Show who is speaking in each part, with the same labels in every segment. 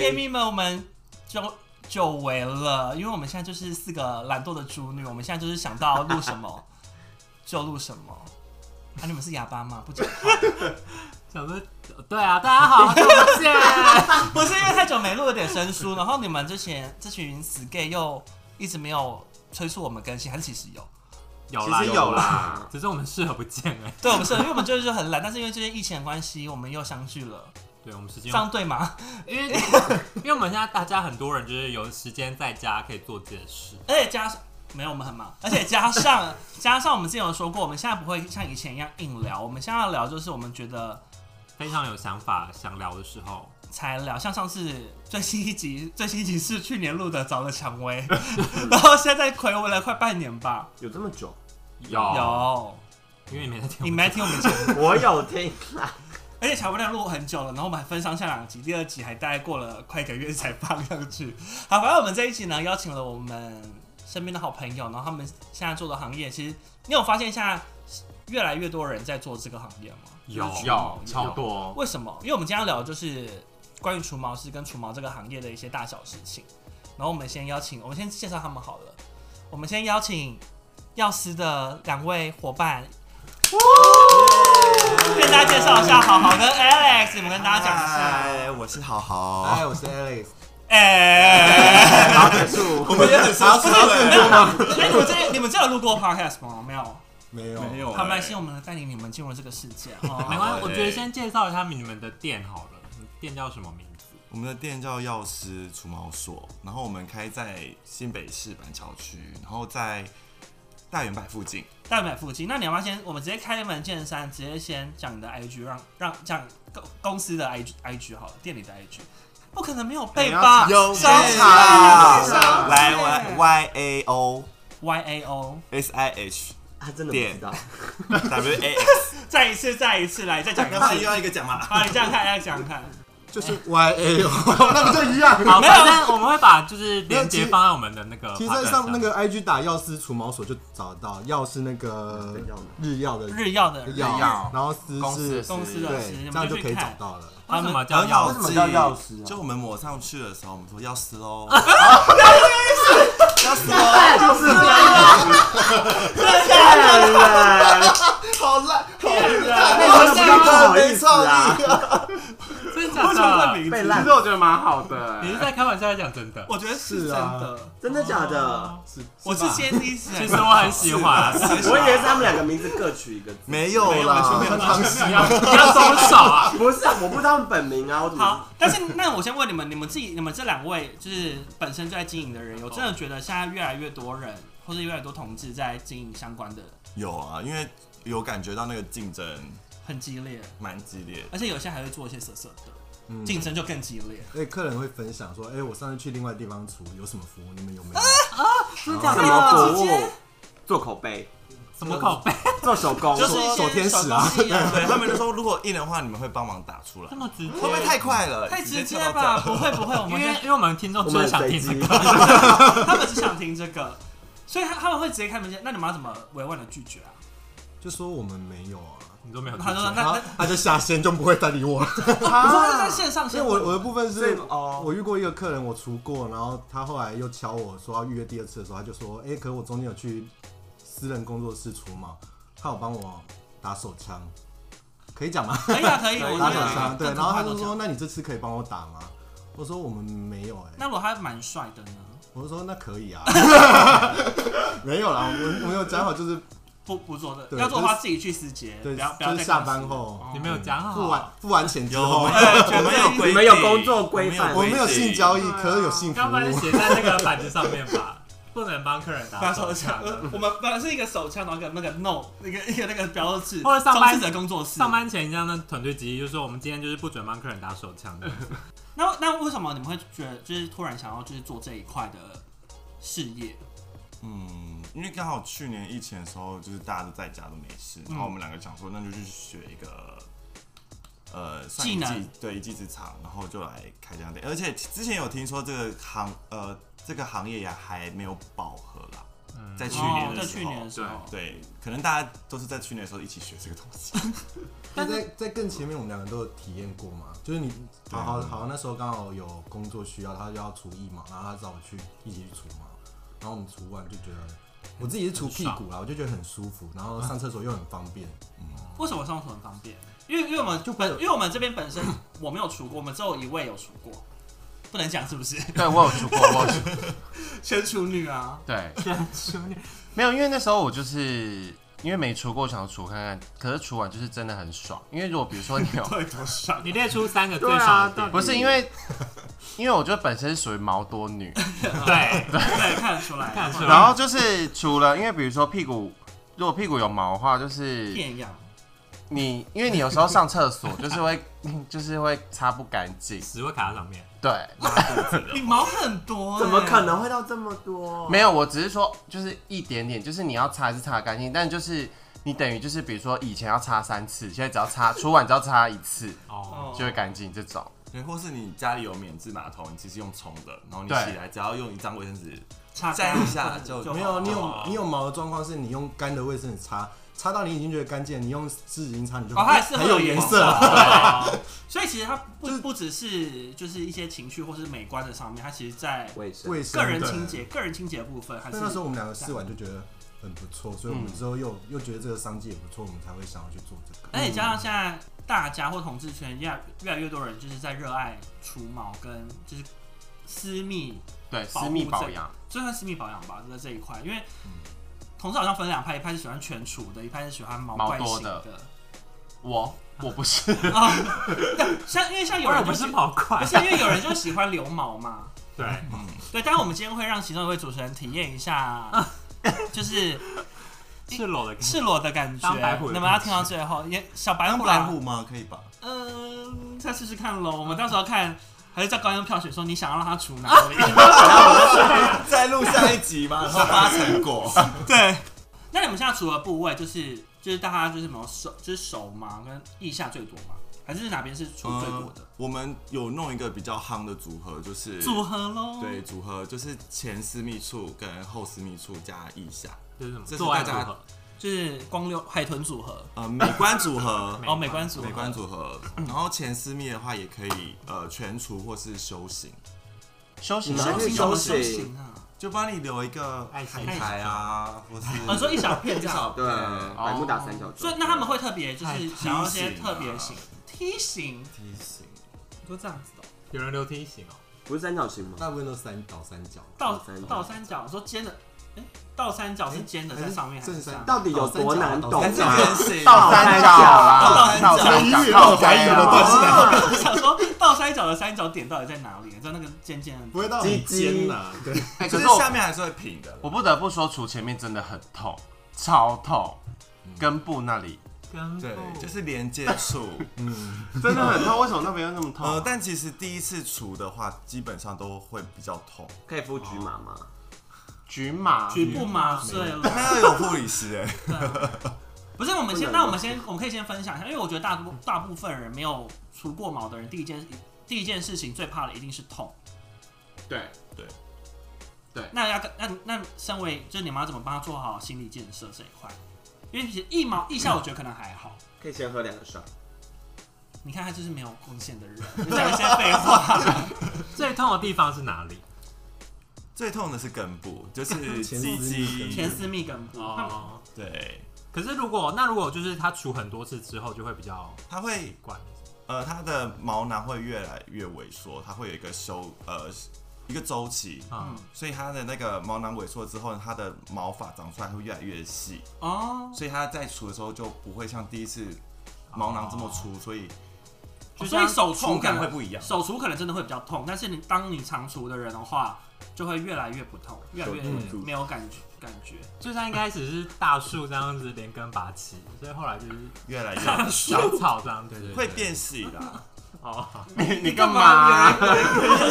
Speaker 1: 闺蜜们，我们久久违了，因为我们现在就是四个懒惰的猪女，我们现在就是想到录什么就录什么。啊，你们是哑巴吗？不讲话，
Speaker 2: 想说，对啊，大家好，好久不见。
Speaker 1: 不是因为太久没录了点生疏，然后你们之前这群死 gay 又一直没有催促我们更新，还是其实有？
Speaker 2: 有
Speaker 3: 其
Speaker 2: 啦
Speaker 3: 实
Speaker 2: 有
Speaker 3: 有，啦，
Speaker 2: 只是我们视而不见而已。
Speaker 1: 对，我们是，因为我们就是很懒，但是因为最近疫情的关系，我们又相聚了，
Speaker 2: 对，我们时
Speaker 1: 这
Speaker 2: 间，
Speaker 1: 样对吗？
Speaker 2: 因为 因为我们现在大家很多人就是有时间在家可以做自己的事。
Speaker 1: 而且加上没有我们很忙，而且加上加上我们之前有说过，我们现在不会像以前一样硬聊，我们现在要聊就是我们觉得
Speaker 2: 非常有想法、想聊的时候，
Speaker 1: 才聊，像上次最新一集，最新一集是去年录的《找了蔷薇》， 然后现在暌违了快半年吧，
Speaker 3: 有这么久？
Speaker 2: 有，
Speaker 1: 有
Speaker 2: 因为你没哦在听我
Speaker 1: 你
Speaker 2: 们，
Speaker 1: 没来听我们节目，
Speaker 3: 我有听啦，
Speaker 1: 而且《蔷薇》录很久了，然后我们还分上下两集，第二集还大概过了快一个月才放上去。好，反正我们这一集呢，邀请了我们身边的好朋友，然后他们现在做的行业，其实你有发现现在越来越多人在做这个行业吗？
Speaker 2: 有
Speaker 3: 有超多，
Speaker 1: 为什么？因为我们今天要聊的就是关于除毛师跟除毛这个行业的一些大小事情。然后我们先邀请，我们先介绍他们好了。我们先邀请药师的两位伙伴，跟大家介绍一下好好跟 Alex，你们跟大家讲一下。
Speaker 4: 嗨，我是好
Speaker 3: 哎，
Speaker 4: 好。
Speaker 3: 我是 Alex，
Speaker 1: 哎、
Speaker 3: 好结束，我们也很
Speaker 4: 好
Speaker 3: 熟
Speaker 1: 哎，你们这你们这有录过 podcast 吗？没有。
Speaker 4: 没有
Speaker 3: 没有哎
Speaker 1: 好，蛮谢我们来带领你们进入这个世界。
Speaker 2: 没
Speaker 1: 哦、
Speaker 2: 关系，我觉得先介绍一下你们的店好了，你们店叫什么名字？
Speaker 4: 我们的店叫药师除毛所，然后我们开在新北市板桥区，然后在大圆百附近。
Speaker 1: 大买附近，那你要不要先？我们直接开门见山，直接先讲你的 IG，让让讲公公司的 IG IG 好了，店里的 IG，不可能没有背
Speaker 5: 哎
Speaker 1: 吧？啊
Speaker 4: 有
Speaker 1: 商
Speaker 5: 啊
Speaker 3: 场
Speaker 1: 场
Speaker 4: 来我 Y A O
Speaker 1: Y A O，
Speaker 4: S I H
Speaker 3: 他真的不知道，
Speaker 4: W A X，
Speaker 1: 再一次，再一次来，再讲一
Speaker 5: 哎
Speaker 1: 次。
Speaker 4: 要一个讲嘛？
Speaker 1: 好，你这样看，再讲看。
Speaker 5: 就是哎 Y A O，那 不就一 样？
Speaker 2: 好，
Speaker 1: 没有
Speaker 2: 反正我们会把就是链
Speaker 5: 没有其
Speaker 2: 接
Speaker 5: 实
Speaker 2: 放在我们的那个 podcast
Speaker 5: 其
Speaker 2: 面，
Speaker 5: 实在上那个 I G 打药师除毛所就找得到，药是那个日药的
Speaker 1: 日耀的日
Speaker 5: 药，
Speaker 4: 药
Speaker 5: 然后师
Speaker 4: 公司
Speaker 5: 是
Speaker 4: 的师
Speaker 1: 公司的时，
Speaker 5: 对，
Speaker 1: 你
Speaker 5: 哎这
Speaker 1: 们
Speaker 5: 样就
Speaker 1: 去
Speaker 5: 可以找
Speaker 1: 看。
Speaker 5: 到了。
Speaker 2: 为什么叫
Speaker 4: 很
Speaker 2: 药
Speaker 4: 好
Speaker 2: 师
Speaker 4: 记？
Speaker 5: 为什么叫药师啊
Speaker 4: 就我们抹上去的时候，我们说哦药师 喽。
Speaker 3: 就是这样，骗人，
Speaker 5: 好烂，好
Speaker 3: 那真的不好意思啊，
Speaker 2: 真的
Speaker 1: 为什么
Speaker 2: 假
Speaker 1: 这
Speaker 2: 的？
Speaker 1: 名
Speaker 3: 被
Speaker 1: 字？
Speaker 3: 烂
Speaker 6: 其实，我觉得蛮好的、
Speaker 2: 你是在开玩笑，还是讲真的？
Speaker 1: 我觉得是真
Speaker 5: 是啊
Speaker 1: 的。
Speaker 3: 真的假的？
Speaker 1: 我是先第 一次。
Speaker 2: 其实我很喜欢，啊
Speaker 3: 我以为是他们两个名字各取一个字，
Speaker 4: 没有
Speaker 5: 没有
Speaker 4: 啦
Speaker 5: 完，全没有
Speaker 2: 你要你要多少啊？
Speaker 3: 不是，我不知道他们本名啊，我
Speaker 5: 嗯
Speaker 3: 怎么
Speaker 1: 好，但是那我先问你们，你们自己，你们这两位就是本身就在经营的人，有
Speaker 5: 哦
Speaker 1: 真的觉得现在越来越多人，或者越来越多同志在经营相关的
Speaker 4: 有啊，因为有感觉到那个竞争
Speaker 1: 很激烈，
Speaker 4: 蛮激烈的。
Speaker 1: 而且有些还会做一些色色的，
Speaker 5: 嗯
Speaker 1: 竞争就更激烈。
Speaker 5: 所哎以客人会分享说：“哎，我上次去另外地方除，有什么服务？你们有没有？”
Speaker 3: 什
Speaker 5: 哦
Speaker 3: 么服务？做口碑，
Speaker 2: 什么口碑？
Speaker 3: 做手工，
Speaker 1: 就是一些
Speaker 5: 手天使啊
Speaker 1: 小东西
Speaker 4: 对他们就说，如果硬的话，你们会帮忙打出来
Speaker 2: 这。么直接？
Speaker 4: 会不会太快了？
Speaker 1: 太直接
Speaker 4: 跳到
Speaker 1: 吧？不会不会，我
Speaker 2: 因
Speaker 1: 们
Speaker 2: 为因为我们听
Speaker 3: 我
Speaker 2: 众就是
Speaker 3: 们
Speaker 2: 想
Speaker 3: 很
Speaker 2: 听
Speaker 3: 随
Speaker 2: 这
Speaker 3: 机
Speaker 2: 个，，
Speaker 1: 他们只想听这个，所以他他们会直接开门见。那你们要怎么委婉的拒绝啊？
Speaker 5: 就说我们没有 啊，
Speaker 2: 你都没有听
Speaker 1: 他说
Speaker 2: 见。
Speaker 1: 那
Speaker 5: 然后
Speaker 1: 那，
Speaker 5: 他就下线，就不会再理我了。
Speaker 1: 我说他在线上
Speaker 5: 所以
Speaker 1: 先
Speaker 5: 我
Speaker 1: 问
Speaker 5: 啊我的部分
Speaker 3: 所以
Speaker 5: 是
Speaker 3: 哦
Speaker 5: 我遇过一个客人，我除过，然后他后来又敲我说要预约第二次的时候，他就说：“哎、可我中间有去私人工作室除毛，他有帮我打手枪，可以讲吗？
Speaker 1: 可以啊可以，我
Speaker 5: 打
Speaker 1: 觉
Speaker 5: 手
Speaker 1: 得
Speaker 5: 枪，对。
Speaker 1: 更
Speaker 5: 然后他
Speaker 1: 更好
Speaker 5: 就
Speaker 1: 打
Speaker 5: 说：
Speaker 1: 手枪
Speaker 5: 那你这次可以帮我打吗？我说我们没有、
Speaker 1: 那
Speaker 5: 哎，
Speaker 1: 如果他蛮帅的呢？
Speaker 5: 我就说那可以啊， 没有啦，我我们有讲好就是
Speaker 1: 不不做的，
Speaker 5: 对
Speaker 1: 要做的
Speaker 5: 就是
Speaker 1: 话自己去私结，呃不
Speaker 5: 对，
Speaker 1: 要不要
Speaker 5: 就
Speaker 1: 再跟
Speaker 5: 是下
Speaker 1: 我
Speaker 5: 班
Speaker 1: 说
Speaker 5: 后
Speaker 2: 你没有讲
Speaker 5: 付
Speaker 2: 好啊
Speaker 5: 完，付完钱之
Speaker 4: 有，
Speaker 5: 后
Speaker 4: 我，
Speaker 1: 对
Speaker 4: 们有规定，
Speaker 3: 你们有工作规范
Speaker 5: 我们没有性交易，
Speaker 6: 对啊
Speaker 5: 可有性服
Speaker 2: 要不然
Speaker 5: 务。
Speaker 2: 写在那个板子上面吧， 不能帮客人打
Speaker 1: 打
Speaker 2: 手
Speaker 1: 手枪
Speaker 2: 枪。，
Speaker 1: 啊
Speaker 2: 啊
Speaker 1: 呃我们本来是一个手枪，然后一个那个 no，那个一个那个标志，
Speaker 2: 或者上班
Speaker 1: 装饰者工作室。
Speaker 2: 上。班前这样的团队集议，就说我们今天就是不准帮客人打手枪的。
Speaker 1: 那那为什么你们会觉得就是突然想要就是做这一块的事业？
Speaker 4: 嗯，因为刚好去年疫情的时候，就是大家都在家都没事，然后我们两个想说，那就去学一个。呃，算一
Speaker 1: 技能
Speaker 4: 对一技之长，然后就来开这样店，而且之前有听说这个行呃这个行业也还没有饱和啦，
Speaker 2: 嗯
Speaker 4: 在去年
Speaker 1: 哦
Speaker 4: 的
Speaker 1: 在
Speaker 4: 时
Speaker 1: 去年
Speaker 4: 候
Speaker 1: 的，时候，
Speaker 4: 对，可能大家都是在去年的时候一起学这个东西。
Speaker 5: 但在在更前面，我们两个都有体验过嘛，就是你
Speaker 4: 对
Speaker 5: 好好
Speaker 1: 啊
Speaker 5: 好，那时候刚好有工作需要，他就要除役嘛，然后他找我去一起去除嘛，然后我们除完就觉得，我自己是除屁股啦，我就觉得很舒服，然
Speaker 1: 啊
Speaker 5: 后上厕所又很方便，
Speaker 1: 哦为什么上厕所很方便？因为因为我们
Speaker 5: 就
Speaker 1: 本
Speaker 5: 会有
Speaker 1: 因为我们这 边本身我没有除过，我们只有一位有除过，不能讲是不是？
Speaker 6: 对我有出过，我有出
Speaker 1: 全处女啊，
Speaker 6: 对，没有，因为那时候我就是因为没出过，我想出看看，可是出完就是真的很爽，因为如果比如说你有
Speaker 1: 到底多爽？
Speaker 2: 你列出三个
Speaker 3: 啊
Speaker 2: 最爽的
Speaker 6: 不是因为，因为我就本身是属于毛多女，
Speaker 2: 点，对，
Speaker 1: 对，看得出来，
Speaker 2: 看得出来
Speaker 6: 然后就是除了因为比如说屁股，如果屁股有毛的话，就是
Speaker 1: 变样。
Speaker 6: 你因为你有时候上厕所 就是会就是会擦不干净，
Speaker 2: 屎会卡在上面，
Speaker 6: 对，
Speaker 1: 你毛很多、欸，
Speaker 3: 怎么可？能会到这么多？
Speaker 6: 没有，我只是说就是一点点，就是你要擦还是擦得干净，但就是你等于就是比如说以前要擦三次，现在只要擦出完只要擦一次
Speaker 2: 哦，
Speaker 1: 哦
Speaker 6: 就会干净这种。
Speaker 4: 对，或是你家里有免治马桶，你其实用冲的，然后你
Speaker 6: 对
Speaker 4: 起来只要用一张卫生纸，
Speaker 1: 擦
Speaker 4: 沾一下就
Speaker 5: 没有，你有
Speaker 4: 哦
Speaker 5: 你有毛的状况是你用干的卫生纸擦，擦到你已经觉得干净，你用湿纸巾擦你就
Speaker 1: 哦它还是
Speaker 5: 很
Speaker 1: 会有
Speaker 5: 有颜
Speaker 1: 颜
Speaker 5: 色，啊
Speaker 2: 哦
Speaker 1: 所以其实它不
Speaker 5: 就是
Speaker 1: 不只是就是一些情绪或是美观的上面，它其实在
Speaker 3: 卫生
Speaker 5: 卫生
Speaker 1: 个人
Speaker 5: 对
Speaker 1: 清洁、个人清洁的部分还是嗯
Speaker 5: 但那时候我们两个试完就觉得很不错，所以我们之后又、又觉得这个商机也不错，我们才会想要去做这个。
Speaker 1: 而且加上现在大家或同志圈越来越来越多人就是在热爱除毛跟就是私密，
Speaker 6: 对，
Speaker 1: 保护
Speaker 6: 私密保养，
Speaker 1: 就算私密保养吧，就在这一块，因为
Speaker 5: 嗯
Speaker 1: 同志好像分两派，一派是喜欢全除的，一派是喜欢毛怪型
Speaker 6: 毛多我我不是，
Speaker 1: 啊，但像因为像有
Speaker 2: 不然
Speaker 1: 人就
Speaker 2: 我不
Speaker 1: 喜
Speaker 2: 是跑快
Speaker 1: 不，是因为有人就喜欢留毛嘛，
Speaker 2: 对，
Speaker 1: 对。当然我们今天会让其中一位主持人体验一下，就是
Speaker 2: 赤裸的感觉，
Speaker 1: 赤裸的感觉
Speaker 2: 当白虎，的
Speaker 1: 那么要听到最后，也小白
Speaker 4: 当
Speaker 1: 虎
Speaker 4: 白
Speaker 1: 啊
Speaker 4: 虎吗？可以吧？
Speaker 1: 嗯，再试试看喽。我们到时候看，还是叫高中票选说你想要让他除
Speaker 4: 啊
Speaker 1: 哪里？
Speaker 4: 再录下一集嘛，然后发成果。
Speaker 1: 对。那你们现在除的部位就是就是大家就是什么手就是手嘛跟腋下最多嘛，还是哪边是除最多的、
Speaker 4: 嗯我们有弄一个比较夯的组合，就是
Speaker 1: 组合喽？
Speaker 4: 对，组合就是前私密处跟后私密处加腋下，
Speaker 2: 就是什么
Speaker 4: 这是
Speaker 2: 做爱
Speaker 4: 大
Speaker 2: 组
Speaker 4: 家
Speaker 2: 合，
Speaker 1: 就是光溜海豚组合
Speaker 4: 呃，美观组合
Speaker 2: 美，
Speaker 1: 哦，美观组合，
Speaker 4: 美观组合。然后前私密的话也可以呃全除或是修行，
Speaker 6: 休息
Speaker 3: 你
Speaker 6: 一
Speaker 3: 们
Speaker 1: 休
Speaker 6: 下
Speaker 1: 息
Speaker 3: 是
Speaker 1: 怎么
Speaker 3: 休
Speaker 1: 休
Speaker 3: 息
Speaker 1: 息啊？
Speaker 4: 就帮你留一个
Speaker 2: 爱心
Speaker 4: 海苔啊，或是
Speaker 1: 哦，你说一小片这样，
Speaker 3: 对，百慕达三角洲
Speaker 1: 所以。那他们会特别就是想要一些
Speaker 4: 梯形啊
Speaker 1: 特别型梯形，
Speaker 4: 梯形。
Speaker 1: 就这样子的哦，
Speaker 2: 有人留梯形哦，
Speaker 3: 不是三角形吗？
Speaker 5: 大部分都嗯三倒三角，
Speaker 1: 倒
Speaker 3: 倒三角
Speaker 1: 倒三角，我说尖的，哎，倒三
Speaker 3: 啊
Speaker 1: 角是尖的在上面还是哦
Speaker 5: 哎正
Speaker 1: 下
Speaker 5: 三
Speaker 1: 面？
Speaker 3: 到底有多难懂啊
Speaker 4: 还
Speaker 5: 倒
Speaker 4: 是
Speaker 5: 三角
Speaker 4: 圆形，
Speaker 6: 倒三角啦，倒
Speaker 4: 倒
Speaker 6: 三
Speaker 4: 三
Speaker 6: 角，
Speaker 5: 倒
Speaker 6: 倒
Speaker 5: 三
Speaker 6: 三
Speaker 5: 角
Speaker 6: 角，
Speaker 1: 我想说倒三角的三角点到底在哪里？啊在那个尖尖的
Speaker 5: 不会到
Speaker 3: 鸡
Speaker 5: 很
Speaker 3: 鸡
Speaker 5: 尖啦，对，
Speaker 6: 哎
Speaker 4: 就是
Speaker 6: 可是我
Speaker 4: 下面还是会平的。
Speaker 6: 我不得不说，除前面真的很痛，超痛，根部那里
Speaker 2: 跟
Speaker 4: 对，
Speaker 6: 哦
Speaker 4: 就是连接处。
Speaker 6: 真的很痛，为什么那边又那么痛
Speaker 4: 呃，但其实第一次除的话，基本上都会比较 痛，
Speaker 3: 可以敷局麻吗？
Speaker 6: 局麻，
Speaker 1: 局部麻醉了。
Speaker 4: 还要有护理师哎、
Speaker 1: 不是，我们先，
Speaker 3: 不能
Speaker 1: 那我们先，我们可以先分享一下，因为我觉得大部大部分人没有除过毛的人，第一件第一件事情最怕的一定是痛。
Speaker 6: 对
Speaker 4: 对
Speaker 6: 对
Speaker 1: 那要跟那那身为就是你们要怎么帮他做好心理建设这一块？因为其实一毛一下，我觉得可能还好。
Speaker 3: 可以先喝两个水。
Speaker 1: 你看他就是没有贡献的人，你讲一些废话。
Speaker 2: 最痛的地方是哪里？
Speaker 4: 最痛的是根部， 就是
Speaker 5: 前
Speaker 4: 鸡
Speaker 5: 四根
Speaker 4: 鸡。
Speaker 1: 前私密梗部，那
Speaker 2: 哦，
Speaker 4: 对，
Speaker 2: 可是如果那如果就是他除很多次之后，就会比较
Speaker 4: 它会
Speaker 2: 怪。
Speaker 4: 呃，它的毛囊会越来越萎缩，它会有一个修呃一个周期，
Speaker 2: 嗯，
Speaker 4: 所以它的那个毛囊萎缩之后，它的毛发长出来会越来越细，
Speaker 1: 哦，
Speaker 4: 所以它在除的时候就不会像第一次毛囊这么
Speaker 6: 哦
Speaker 4: 粗，所以
Speaker 2: 就
Speaker 1: 所以
Speaker 2: 像
Speaker 1: 手
Speaker 4: 触
Speaker 1: 除可
Speaker 4: 感
Speaker 1: 能
Speaker 4: 会不一样。
Speaker 1: 手除可能真的会比较痛，但是你当你常除的人的话，就会越来越不痛，越来越
Speaker 4: 手除
Speaker 1: 没有感觉感觉。
Speaker 2: 就像一开始是大树这样子连根拔起，所以后来就是
Speaker 4: 越来越
Speaker 2: 小草这样，对对对，
Speaker 4: 会变细啦。
Speaker 2: 哦，
Speaker 6: 你你干嘛？
Speaker 7: 哎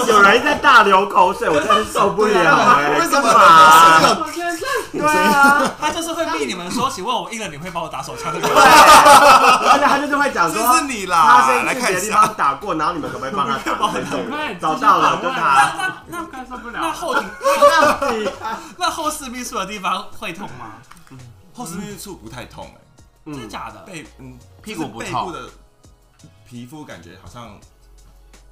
Speaker 3: 有人在大流口水，我真的受不了、
Speaker 5: 为什么？
Speaker 1: 对啊，他就是会逼你们说，请问我一人你会帮我打手枪的人？
Speaker 7: 啊
Speaker 6: 而且他就是会讲
Speaker 4: 这
Speaker 6: 说
Speaker 4: 是你
Speaker 6: 他
Speaker 4: 啦，
Speaker 6: 先
Speaker 4: 来
Speaker 6: 去
Speaker 4: 看
Speaker 6: 别
Speaker 4: 一
Speaker 6: 的地
Speaker 4: 下。
Speaker 6: 方打过，然后你们可不可以帮他打那种？
Speaker 2: 找到
Speaker 6: 找到
Speaker 2: 了
Speaker 6: 了
Speaker 2: 就
Speaker 6: 就
Speaker 2: 打
Speaker 6: 打。
Speaker 1: 那那
Speaker 2: 快受不
Speaker 1: 那
Speaker 2: 了。
Speaker 1: 后庭那后四秘书的地方会痛吗？
Speaker 4: 后视镜处不太痛哎、
Speaker 1: 真的
Speaker 6: 嗯，
Speaker 1: 假的？
Speaker 4: 背嗯
Speaker 6: 屁股不
Speaker 4: 就是背
Speaker 6: 痛
Speaker 4: 部的皮肤感觉好像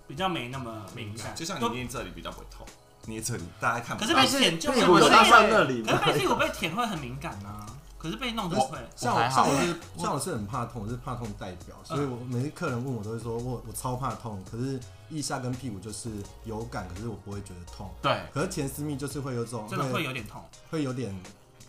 Speaker 1: 比较没那么敏感，
Speaker 4: 嗯就像
Speaker 1: 都
Speaker 4: 你捏这里比较不会痛，捏这里大家看不
Speaker 1: 可
Speaker 4: 到。
Speaker 1: 是被
Speaker 6: 但是
Speaker 1: 舔就
Speaker 6: 屁
Speaker 1: 是
Speaker 6: 股
Speaker 1: 可
Speaker 6: 是
Speaker 1: 是
Speaker 6: 要
Speaker 1: 被
Speaker 6: 放那里
Speaker 1: 可是
Speaker 6: 嘛。
Speaker 1: 被屁股被舔会很敏感啊，可是被弄就会。
Speaker 5: 像
Speaker 6: 我还
Speaker 5: 我
Speaker 6: 好欸
Speaker 5: 像我是像我是很怕痛，我是怕痛代表，
Speaker 1: 嗯
Speaker 5: 所以我每次客人问我都会说我我超怕痛，可是腋下跟屁股就是有感，可是我不会觉得痛。
Speaker 6: 对，
Speaker 5: 可是前私密就是会有种
Speaker 1: 真的会
Speaker 5: 会
Speaker 1: 有点痛，
Speaker 5: 会有点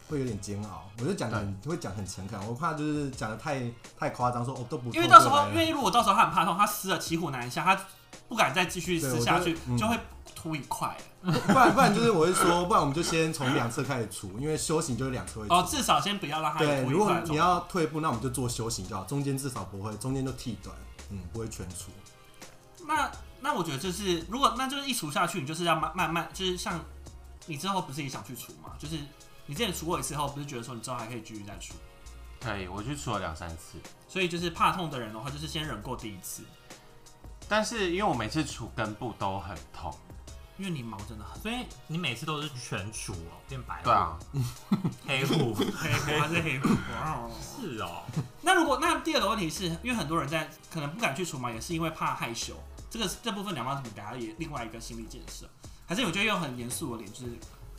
Speaker 5: 会有点煎熬，我就讲得很会讲很诚恳，我怕就是讲的太太夸张，说哦都不痛
Speaker 1: 因为到时
Speaker 5: 就
Speaker 1: 候
Speaker 5: 来，了
Speaker 1: 因为如果到时候他很怕痛，他撕了骑虎难下，他不敢再继续撕下去
Speaker 5: 对，
Speaker 1: 就
Speaker 5: 我觉得嗯
Speaker 1: 会凸一块。
Speaker 5: 不然不然就是我会说，不然我们就先从两侧开始除，因为修行就是两侧会除。
Speaker 1: 哦，至少先不要让他
Speaker 5: 对，
Speaker 1: 有凸
Speaker 5: 如
Speaker 1: 一
Speaker 5: 果
Speaker 1: 块的
Speaker 5: 你
Speaker 1: 状态。
Speaker 5: 要退步，那我们就做修行就好，中间至少不会，中间就剃短，嗯，不会全除。
Speaker 1: 那那我觉得就是，如果那就是一除下去，你就是要慢慢慢，就是像你之后不是也想去除嘛？就是你之前除过一次后，不是觉得说你之后还可以继续再除，
Speaker 6: 可以，我去除了两三次。
Speaker 1: 所以就是怕痛的人的话，就是先忍过第一次，
Speaker 6: 但是因为我每次除根部都很痛，
Speaker 1: 因为你毛真的很
Speaker 2: 所以你每次都是全除哦，变白
Speaker 6: 对啊，
Speaker 2: 黑户
Speaker 1: 黑，它是黑。哇
Speaker 2: 是哦，
Speaker 1: 那如果那第二个问题是因为很多人在可能不敢去除毛，也是因为怕害羞。这个这部分两方怎么大家也另外一个心理建设，还是我觉得用很严肃的脸，就是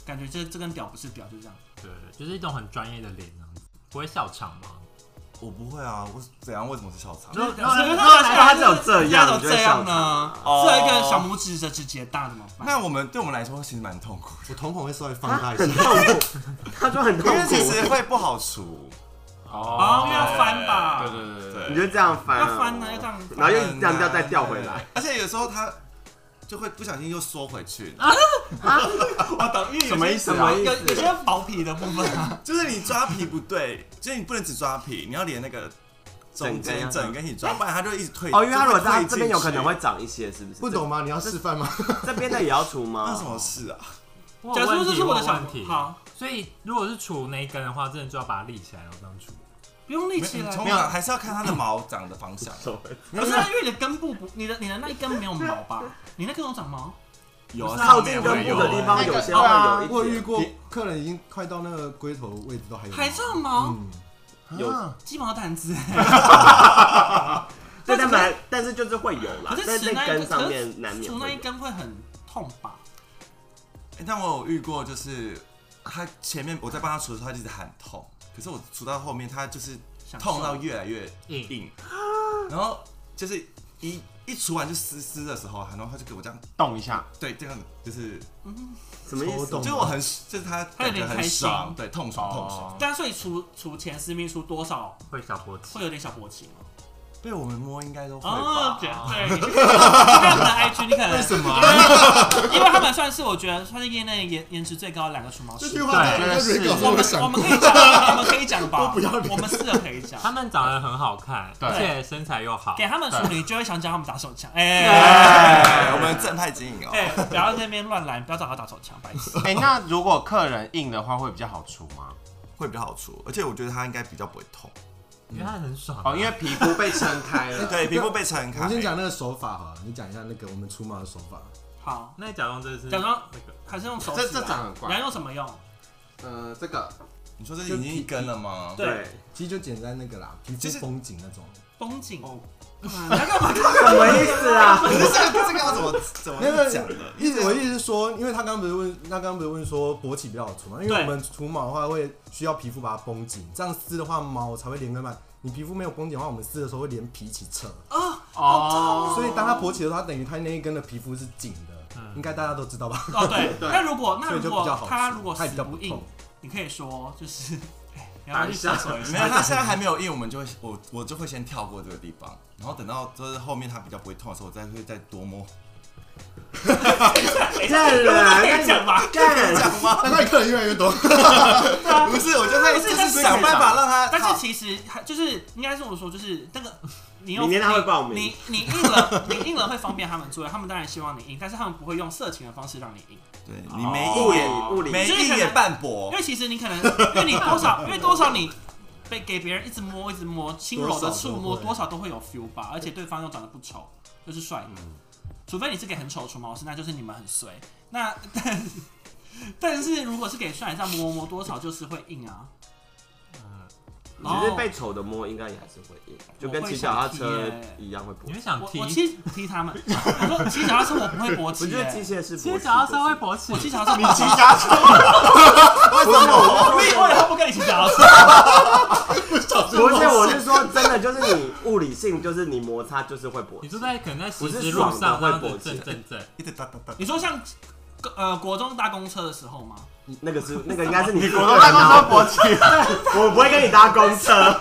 Speaker 1: 感觉这这跟屌不是屌，就这样。
Speaker 2: 对，就是一种很专业的脸啊，不会笑场吗？
Speaker 4: 我不会啊，我怎样？为什么是小肠？
Speaker 6: 如
Speaker 1: 然后
Speaker 6: 如果他只有这样，
Speaker 1: 他
Speaker 6: 你
Speaker 1: 只
Speaker 6: 就
Speaker 1: 有
Speaker 6: 会
Speaker 1: 这样
Speaker 6: 笑
Speaker 1: 呢？
Speaker 4: 哦
Speaker 1: 这一个小拇指的指节大怎么办？
Speaker 4: 那我们对我们来说其实蛮痛苦的，
Speaker 5: 我瞳孔会稍微放大一
Speaker 6: 啊
Speaker 5: 些，
Speaker 6: 他就很痛
Speaker 4: 因为
Speaker 6: 苦
Speaker 4: 其。实会不好除。
Speaker 1: 哦，因为要
Speaker 6: 对
Speaker 1: 翻吧，
Speaker 6: 对对对对，
Speaker 4: 对
Speaker 6: 你就这样翻啊，
Speaker 1: 要翻呢，要这样翻。
Speaker 6: 然后又这样掉再掉回来。
Speaker 4: 嗯而且有时候它就会不小心又缩回去，
Speaker 6: 啊
Speaker 1: 我懂，哦因为有些
Speaker 6: 什么意思啊
Speaker 1: 有有有些薄皮的部分啊，
Speaker 4: 就是你抓皮不对，就是你不能只抓皮，你要连那个中间整根一起抓，不然它就一直退。
Speaker 6: 哦，因为他如果
Speaker 4: 就会
Speaker 6: 在
Speaker 4: 退
Speaker 6: 这边有可能会
Speaker 4: 进去
Speaker 6: 长一些，是不是？
Speaker 5: 不懂吗？你要示 范吗？
Speaker 6: 这，这边的也要除吗？
Speaker 1: 哦
Speaker 4: 那什么事啊？
Speaker 2: 我
Speaker 1: 假
Speaker 2: 有
Speaker 1: 如
Speaker 2: 问
Speaker 1: 说这
Speaker 2: 题
Speaker 1: 是我的
Speaker 2: 有
Speaker 1: 小
Speaker 2: 问题，
Speaker 1: 好，
Speaker 2: 所以如果是除那一根的话，真的就要把它立起来，然后这样除。
Speaker 1: 不用立
Speaker 4: 没
Speaker 1: 起来。
Speaker 4: 从小还是要看它的毛长的方向。
Speaker 1: 不是啊，因为你的根部不，你的你的那一根没有毛吧？你那根有长毛？
Speaker 4: 有啊，
Speaker 6: 靠
Speaker 4: 上
Speaker 6: 近
Speaker 4: 面
Speaker 6: 根
Speaker 4: 会
Speaker 6: 部
Speaker 4: 有
Speaker 6: 的地方，
Speaker 4: 欸
Speaker 6: 有些会
Speaker 5: 我
Speaker 6: 有
Speaker 5: 有
Speaker 6: 一
Speaker 5: 遇
Speaker 6: 点。
Speaker 5: 过客人已经快到那个龟头位置都还有，
Speaker 1: 还长毛，
Speaker 5: 嗯，
Speaker 6: 有
Speaker 5: 啊
Speaker 1: 鸡毛掸子。
Speaker 6: 对，但本来但是就是会有啦
Speaker 1: 可，是
Speaker 6: 但
Speaker 1: 除
Speaker 6: 是
Speaker 1: 那一
Speaker 6: 在
Speaker 1: 根，
Speaker 6: 根上
Speaker 1: 可
Speaker 6: 面难
Speaker 1: 是
Speaker 6: 免
Speaker 1: 除那
Speaker 6: 会
Speaker 1: 一
Speaker 6: 有。
Speaker 1: 根会很痛吧？
Speaker 4: 但我有遇过，就是他前面我在帮他除的时候，他一直喊痛，可是我除到后面，他就是
Speaker 1: 想嗯
Speaker 4: 痛到
Speaker 1: 受
Speaker 4: 越来越
Speaker 2: 硬
Speaker 4: 硬，然后就是一一除完就湿湿的时候，然后他就给我这样，
Speaker 6: 动一下，
Speaker 4: 对，这样就是
Speaker 6: 什么意
Speaker 5: 抽
Speaker 6: 思？
Speaker 5: 动
Speaker 4: 就是我很就是他
Speaker 1: 他有
Speaker 4: 感
Speaker 1: 点
Speaker 4: 觉
Speaker 1: 开
Speaker 4: 很
Speaker 1: 心
Speaker 4: 爽，对，痛爽痛
Speaker 2: 哦
Speaker 4: 爽，，
Speaker 1: 但所以除除前私密处多少
Speaker 2: 会小脖子
Speaker 1: 会。有点小勃起吗？
Speaker 4: 被我们摸应该都会
Speaker 1: 哦
Speaker 4: 吧，
Speaker 1: 绝。对，你去看他们的 IG，你可能为什么？因为因为他们算是我觉得算是业内颜颜值最高的两个除毛
Speaker 5: 这
Speaker 1: 师
Speaker 5: 句。话
Speaker 6: 对
Speaker 5: 在
Speaker 6: 是
Speaker 5: 瑞稿
Speaker 1: 我
Speaker 5: 上
Speaker 1: 们我们
Speaker 5: 面想过
Speaker 1: 可，以讲，我们可以讲吧，
Speaker 5: 都不要脸
Speaker 1: 我们是可以讲。
Speaker 2: 他们长得很好看，
Speaker 6: 对
Speaker 2: 而且身材又好
Speaker 1: 给。他们处理，就会想教他们打手枪。哎、
Speaker 4: 哎，我们正派经营哦，
Speaker 1: 哎，不要在那边乱来，不要找他打手枪，白痴。
Speaker 6: 哎，那如果客人硬的话，会比较好除吗？
Speaker 4: 会比较好除，而且我觉得他应该比较不会痛，
Speaker 2: 因为他很爽啊。
Speaker 6: 哦，因为 皮肤被撑开
Speaker 1: 哎
Speaker 6: 了。
Speaker 4: 对，皮肤被撑
Speaker 5: 我
Speaker 4: 开。
Speaker 5: 们先讲那个手法好了，你讲一下那个我们除毛的手法。
Speaker 1: 好，
Speaker 2: 那假装嗯这是
Speaker 1: 假装
Speaker 2: 那个
Speaker 1: 还是用手指啊、
Speaker 6: 这这长很
Speaker 1: 你要
Speaker 6: 怪。
Speaker 1: 用什么用？
Speaker 6: 呃，这个
Speaker 4: 你说这已经一根了 吗？
Speaker 1: 对
Speaker 6: 对，
Speaker 5: 其实就简单那个啦，皮
Speaker 4: 就
Speaker 5: 肤
Speaker 4: 是
Speaker 5: 风景那种，
Speaker 1: 风景。
Speaker 4: 哦
Speaker 6: 什么意思啊？
Speaker 4: 可是这个这个要怎么怎么
Speaker 5: 没有没有
Speaker 4: 讲的？
Speaker 5: 意思我意思是说，因为他刚刚不是问，他刚刚不是问说勃起比较好除嘛？因为
Speaker 1: 对
Speaker 5: 我们除毛的话会需要皮肤把它绷紧，这样撕的话毛才会连根嘛。你皮肤没有绷紧的话，我们撕的时候会连皮一起扯，
Speaker 6: 哦，
Speaker 5: 所以当它勃起的时候，它等于它那一根的皮肤是紧的，应该大家都知道吧？
Speaker 1: 哦，对。那如果那
Speaker 5: 所以
Speaker 1: 如
Speaker 5: 就比较
Speaker 1: 果
Speaker 5: 好除，
Speaker 1: 他如果
Speaker 5: 它也
Speaker 1: 死
Speaker 5: 比较
Speaker 1: 不硬
Speaker 5: 痛，。
Speaker 1: 你可以说就是， 哎，你要不要去
Speaker 6: 打
Speaker 1: 厕
Speaker 6: 一下
Speaker 1: 所一
Speaker 4: 没
Speaker 1: 下。
Speaker 4: 有，他现在还没有硬，我们就会我我就会先跳过这个地方，然后等到就是后面他比较不会痛的时候，我再会再多摸。
Speaker 6: 干人，
Speaker 1: 可以讲吧？
Speaker 6: 干人，
Speaker 4: 讲吗？
Speaker 5: 难怪客人越来越多。
Speaker 4: 不是，我就在
Speaker 1: 不是
Speaker 4: 就
Speaker 1: 但
Speaker 4: 是
Speaker 1: 是
Speaker 4: 想办法让 他。
Speaker 1: 但
Speaker 4: 好
Speaker 1: 是其实还就是应该这么说，就是那个你又
Speaker 7: 明天他会报名
Speaker 1: 你你你印了，你印了会方便他们做，他们当然希望你印，但是他们不会用色情的方式让你印，
Speaker 4: 对你没
Speaker 7: 物
Speaker 4: 一
Speaker 7: 理
Speaker 4: 眼
Speaker 7: 物理
Speaker 3: 没一眼半薄
Speaker 1: 因，为其实你可能，因为你多少，因为多少你被给别人一直摸一直摸，轻柔的触摸，多
Speaker 5: 多
Speaker 1: 少都会有 feel 吧，而且对方又长得不丑，又是帅的，除非你是给很丑的除毛师，那就是你们很衰。那 但但是如果是给帅的这样摸摸摸，多少就是会硬啊。
Speaker 7: 只是被丑的摸，应该也还是会硬，就跟骑脚踏车一样会勃
Speaker 2: 你们
Speaker 7: 起。
Speaker 2: 想
Speaker 1: 我
Speaker 2: 啊踢
Speaker 1: 我？踢踢他们，我说骑脚踏车我不会勃
Speaker 7: 我
Speaker 1: 起、
Speaker 7: 觉得机
Speaker 1: 欸，
Speaker 7: 械是勃起，
Speaker 2: 其实脚踏车会勃起
Speaker 1: 我，骑脚踏车
Speaker 4: 你骑家车，为什么？
Speaker 1: 我以为他不跟你骑脚踏车，
Speaker 7: 不是，我是说真的，就是你物理性，就是你摩擦就是会勃
Speaker 2: 你
Speaker 7: 起
Speaker 2: 就。在可能在十
Speaker 7: 不是
Speaker 2: 字路
Speaker 7: 爽的
Speaker 2: 上
Speaker 7: 会
Speaker 2: 这样子
Speaker 7: 勃起
Speaker 2: 震震震，
Speaker 4: 一直哒哒哒。
Speaker 1: 你说像呃国中搭公车的时候吗？
Speaker 7: 那个是那个应该是你
Speaker 4: 你
Speaker 7: 自己
Speaker 4: 国中大公车
Speaker 7: 脑
Speaker 4: 勃起，
Speaker 7: 我不会跟你搭公车。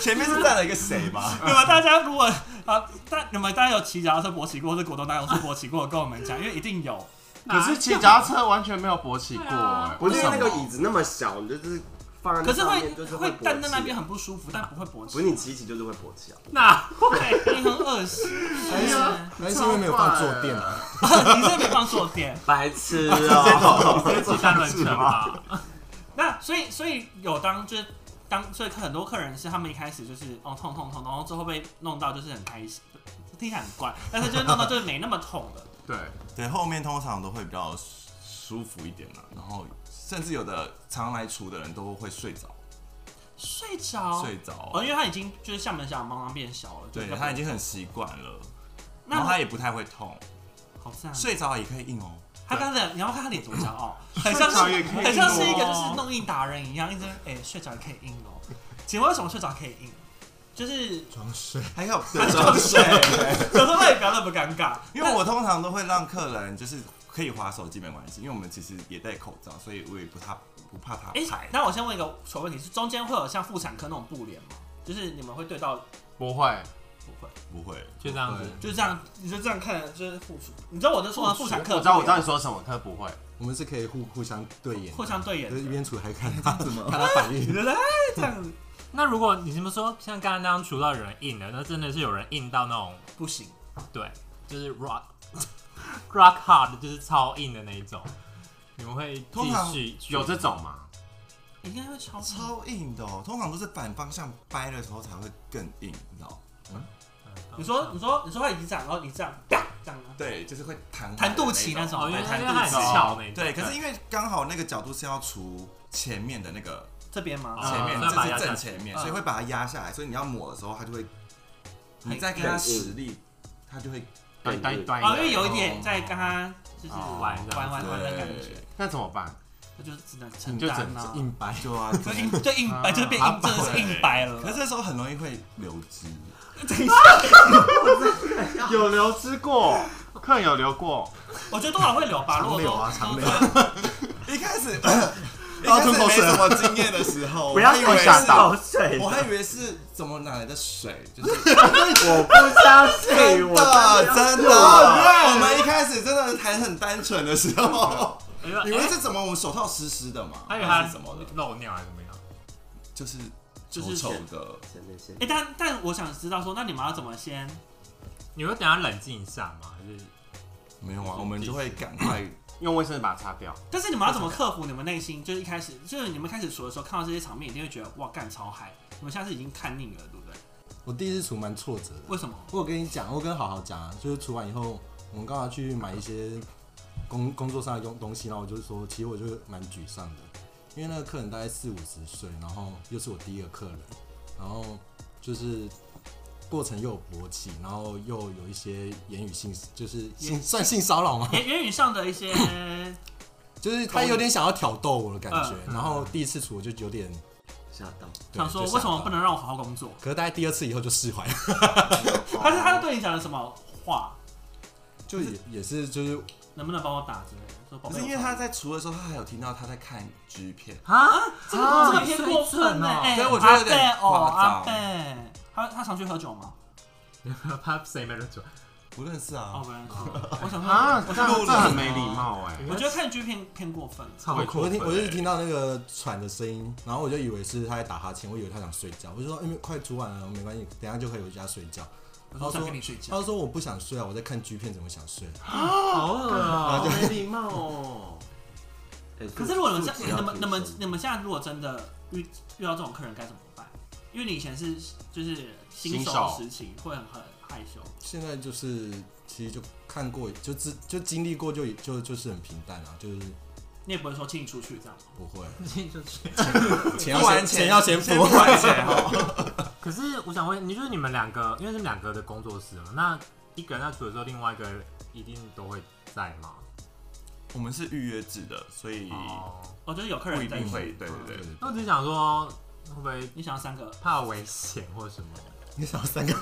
Speaker 3: 前面是站了一个谁吧？
Speaker 1: 对吧？大家如果啊，大你们大家有骑脚踏车勃起过，或是国中搭公车勃起过，跟我们讲，因为一定有。
Speaker 6: 可是骑脚踏车完全没有勃起过、哎
Speaker 7: 不是
Speaker 6: 为什
Speaker 7: 那个
Speaker 6: 么
Speaker 7: 椅子那么小，你就是放在
Speaker 1: 可
Speaker 7: 那
Speaker 1: 是
Speaker 7: 上
Speaker 1: 会
Speaker 7: 面就是
Speaker 1: 会
Speaker 7: 勃起
Speaker 1: 站在那边，很不舒服，但不会勃
Speaker 7: 不是你
Speaker 1: 起。
Speaker 7: 骑起就是会勃起啊。
Speaker 2: 那
Speaker 1: 你很恶心， 哎
Speaker 5: 那是因为没有放坐垫啊。
Speaker 1: 你这没放坐垫。
Speaker 7: 白痴哦！
Speaker 2: 会骑三轮车吧？
Speaker 1: 那所以所以有当就是当所以很多客人是他们一开始就是哦痛痛痛，然后最后被弄到就是很开心，听起来很怪，但是就是弄到就是没那么痛的。
Speaker 6: 对，
Speaker 4: 对，后面通常都会比较舒服一点嘛，然后甚至有的常来除的人都会睡着，
Speaker 1: 睡着，
Speaker 4: 睡着
Speaker 1: 哦，，因为他已经就是像门小茫茫变小了，
Speaker 4: 对
Speaker 1: 就是
Speaker 4: 他已经很习惯了，然
Speaker 1: 那
Speaker 4: 后他也不太会痛，
Speaker 1: 好
Speaker 5: 嗯
Speaker 1: 赞。
Speaker 4: 睡着也可以硬 哦。
Speaker 1: 他刚才，你要看他脸多骄傲，很像是
Speaker 2: 睡着也可以硬哦
Speaker 1: 很像是一个就是弄硬达人一样，一直哎、睡着也可以硬哦。请问为什么睡着可以硬？就是
Speaker 5: 装睡，
Speaker 4: 还有
Speaker 1: 他装睡， 有时候他也不要那么尴尬，
Speaker 4: 因为我通常都会让客人就是可以划手机没关系，因为我们其实也戴口罩，所以我也不怕不怕他
Speaker 1: 哎、
Speaker 4: 拍。
Speaker 1: 那我先问一个小问题，是中间会有像妇产科那种布帘吗？就是你们会对到
Speaker 6: 不会，
Speaker 1: 不会，
Speaker 4: 不会，
Speaker 2: 就这样子
Speaker 5: 对，
Speaker 1: 就是这样，你就这样看，就是妇属。你知道我在说的啊妇产科，
Speaker 6: 我知道我知道你说什么，可不会。
Speaker 5: 我们是可以互互相对眼，
Speaker 1: 互 相对眼
Speaker 5: 就是一边处还看他怎么看他反
Speaker 1: 你
Speaker 5: 应。
Speaker 1: 觉得哎这样子
Speaker 2: 那如果你这么说，像刚刚那样除到有人硬的，那真的是有人硬到那种，
Speaker 1: 不行，
Speaker 2: 对，就是 rock rock hard，就是超硬的那一种。你们会
Speaker 4: 通常
Speaker 2: 继续
Speaker 6: 有这种吗？
Speaker 1: 应该会超超。
Speaker 4: 超硬的、哦，通常都是反方向掰的时候才会更硬，你知道？
Speaker 1: 你说你说你说他已经这样，然后你这样啪这样吗，啊
Speaker 4: 对，就是会弹
Speaker 1: 弹肚脐那种
Speaker 2: 哦，因为它
Speaker 4: 弹
Speaker 2: 因
Speaker 4: 肚
Speaker 2: 为它很
Speaker 4: 脐。
Speaker 2: 翘那一种，
Speaker 4: 对，可是因为刚好那个角度是要除前面的那个
Speaker 1: 这边吗？
Speaker 2: 啊
Speaker 4: 前面，
Speaker 2: 那把它
Speaker 4: 这
Speaker 2: 压下
Speaker 4: 是正
Speaker 2: 来
Speaker 4: 前面，
Speaker 1: 嗯
Speaker 4: 所以会把它压下来，所以你要抹的时候，它就会，你再给它实力，它就会
Speaker 6: 对对对，
Speaker 1: 哦，因为有一点在跟他就是
Speaker 4: 哦
Speaker 1: 玩玩玩玩的感觉，
Speaker 4: 对
Speaker 6: 那怎么办？
Speaker 1: 那就是只能承
Speaker 5: 你就
Speaker 1: 担
Speaker 5: 整
Speaker 1: 呐，
Speaker 5: 硬掰，
Speaker 4: 就啊，
Speaker 1: 就
Speaker 4: 可
Speaker 1: 硬就硬白，
Speaker 6: 啊
Speaker 1: 就是变硬，真的是硬白了。
Speaker 4: 是这时候很容易会流汁，
Speaker 6: 有流汁过，客人有流过，
Speaker 1: 我觉得多少会留吧，如
Speaker 5: 常
Speaker 1: 果
Speaker 5: 流啊
Speaker 1: 说
Speaker 5: 常流
Speaker 4: 一开始一
Speaker 5: 要
Speaker 4: 开
Speaker 5: 吞
Speaker 4: 始
Speaker 5: 口
Speaker 4: 没
Speaker 5: 水
Speaker 4: 什么经验的时候，
Speaker 6: 不要
Speaker 4: 我以
Speaker 6: 给我
Speaker 4: 为
Speaker 6: 吓
Speaker 4: 是，
Speaker 6: 到
Speaker 7: 口水，
Speaker 4: 我
Speaker 7: 我
Speaker 4: 还以为是怎么哪来的水，就是
Speaker 7: 不相信，
Speaker 4: 真
Speaker 7: 我
Speaker 4: 的真的，
Speaker 7: 我
Speaker 4: 我们一开始真的还很单纯的时候，
Speaker 2: 因为
Speaker 4: 以为是怎么我们手套湿湿的嘛，
Speaker 2: 还有
Speaker 4: 还
Speaker 2: 它
Speaker 4: 是怎么的，
Speaker 2: 漏尿还是怎么样？
Speaker 4: 就是
Speaker 1: 就是
Speaker 4: 丑丑的，
Speaker 7: 真的是
Speaker 1: 哎，但但我想知道说，那你们要怎么先？
Speaker 2: 你会等它冷静一下吗？还是
Speaker 4: 没有啊，我们就会赶快，
Speaker 6: 用卫生纸把它擦掉。
Speaker 1: 但是你们要怎么克服你们内心？就是一开始，就是你们开始数的时候，看到这些场面，一定会觉得哇，干超嗨。你们现在是已经看腻了，对不对？
Speaker 5: 我第一次除蛮挫折的。
Speaker 1: 为什么？
Speaker 5: 我有跟你讲，我跟好好讲啊，就是除完以后，我们刚好去买一些工工作上的用东西，然后我就说，其实我就蛮沮丧的，因为那个客人大概四五十岁，然后又是我第一个客人，然后就是过程又有勃起，然后又有一些言语性，就是性 算性骚扰吗？
Speaker 1: 言言语上的一些，
Speaker 5: 就是他有点想要挑逗我的感觉，
Speaker 1: 嗯
Speaker 5: 然后第一次除我就有点
Speaker 7: 吓到。
Speaker 5: 对
Speaker 1: 想说
Speaker 5: 就
Speaker 1: 为什么
Speaker 5: 到
Speaker 1: 不能让我好好工作？
Speaker 5: 可是大概第二次以后就释怀了，
Speaker 1: 但是他对你讲了什么话？
Speaker 5: 就也也是就是
Speaker 1: 能不能帮我打之类的？说宝
Speaker 4: 可
Speaker 1: 贝，
Speaker 4: 是因为
Speaker 1: 我
Speaker 4: 他在除的时候，他还有听到他在看 G 片，
Speaker 2: 啊，
Speaker 1: 这个哦这个偏过分
Speaker 2: 哦
Speaker 1: 呢、 欸，
Speaker 4: 所以我觉得有点
Speaker 1: 阿贝哦，
Speaker 4: 夸张
Speaker 1: 阿贝，他他常去喝酒吗？
Speaker 2: 怕谁没得酒？
Speaker 4: 不认识
Speaker 1: 哦，
Speaker 4: 啊，
Speaker 1: 不然我想
Speaker 6: 啊，
Speaker 1: 说，
Speaker 6: 这样这很没礼貌哎、
Speaker 1: 我觉得看 G 片偏过分了。
Speaker 5: 我
Speaker 2: 超
Speaker 5: 我
Speaker 2: 过
Speaker 5: 听
Speaker 2: 分。
Speaker 5: 我就是听到那个喘的声音，然后我就以为是他在打哈欠，我以为他想睡觉，我就说因为快出完了，没关系，等一下就可以回家睡觉。
Speaker 1: 我
Speaker 5: 然
Speaker 1: 说
Speaker 5: 后
Speaker 1: 想
Speaker 5: 说
Speaker 1: 跟你睡觉，
Speaker 5: 他说我不想睡啊，我在看 G 片，怎么想睡？啊
Speaker 6: 好恶 哦、没礼貌哦、
Speaker 7: 哎
Speaker 1: 可是如果你们
Speaker 7: 素
Speaker 1: 现
Speaker 7: 质要
Speaker 1: 你们
Speaker 7: 提
Speaker 1: 你们
Speaker 7: 升
Speaker 1: 你们现在如果真的遇遇到这种客人该怎么办？因为你以前是就是新
Speaker 6: 新
Speaker 1: 手
Speaker 6: 手
Speaker 1: 时期会很很害羞，
Speaker 5: 现在就是其实就看过，就知就经历过就，就就是很平淡啊，就是
Speaker 1: 你也不会说请你出去这样。
Speaker 5: 不 会
Speaker 2: 进就去。
Speaker 5: 钱要
Speaker 1: 付完
Speaker 5: 先
Speaker 1: 钱
Speaker 5: 钱要先付。
Speaker 2: 可是我想问，你就是你们两个，因为是两个的工作室嘛，那一个人在组的时候，另外一个一定都会在吗？
Speaker 4: 我们是预约制的，所以
Speaker 2: 哦，
Speaker 1: 我觉得有客
Speaker 4: 不
Speaker 1: 人
Speaker 4: 一
Speaker 1: 在
Speaker 4: 定，会。对对
Speaker 5: 对
Speaker 4: 对，
Speaker 2: 那我只是想说，会不会
Speaker 1: 你想要三个，
Speaker 2: 怕危险或什么？
Speaker 5: 你想要三个？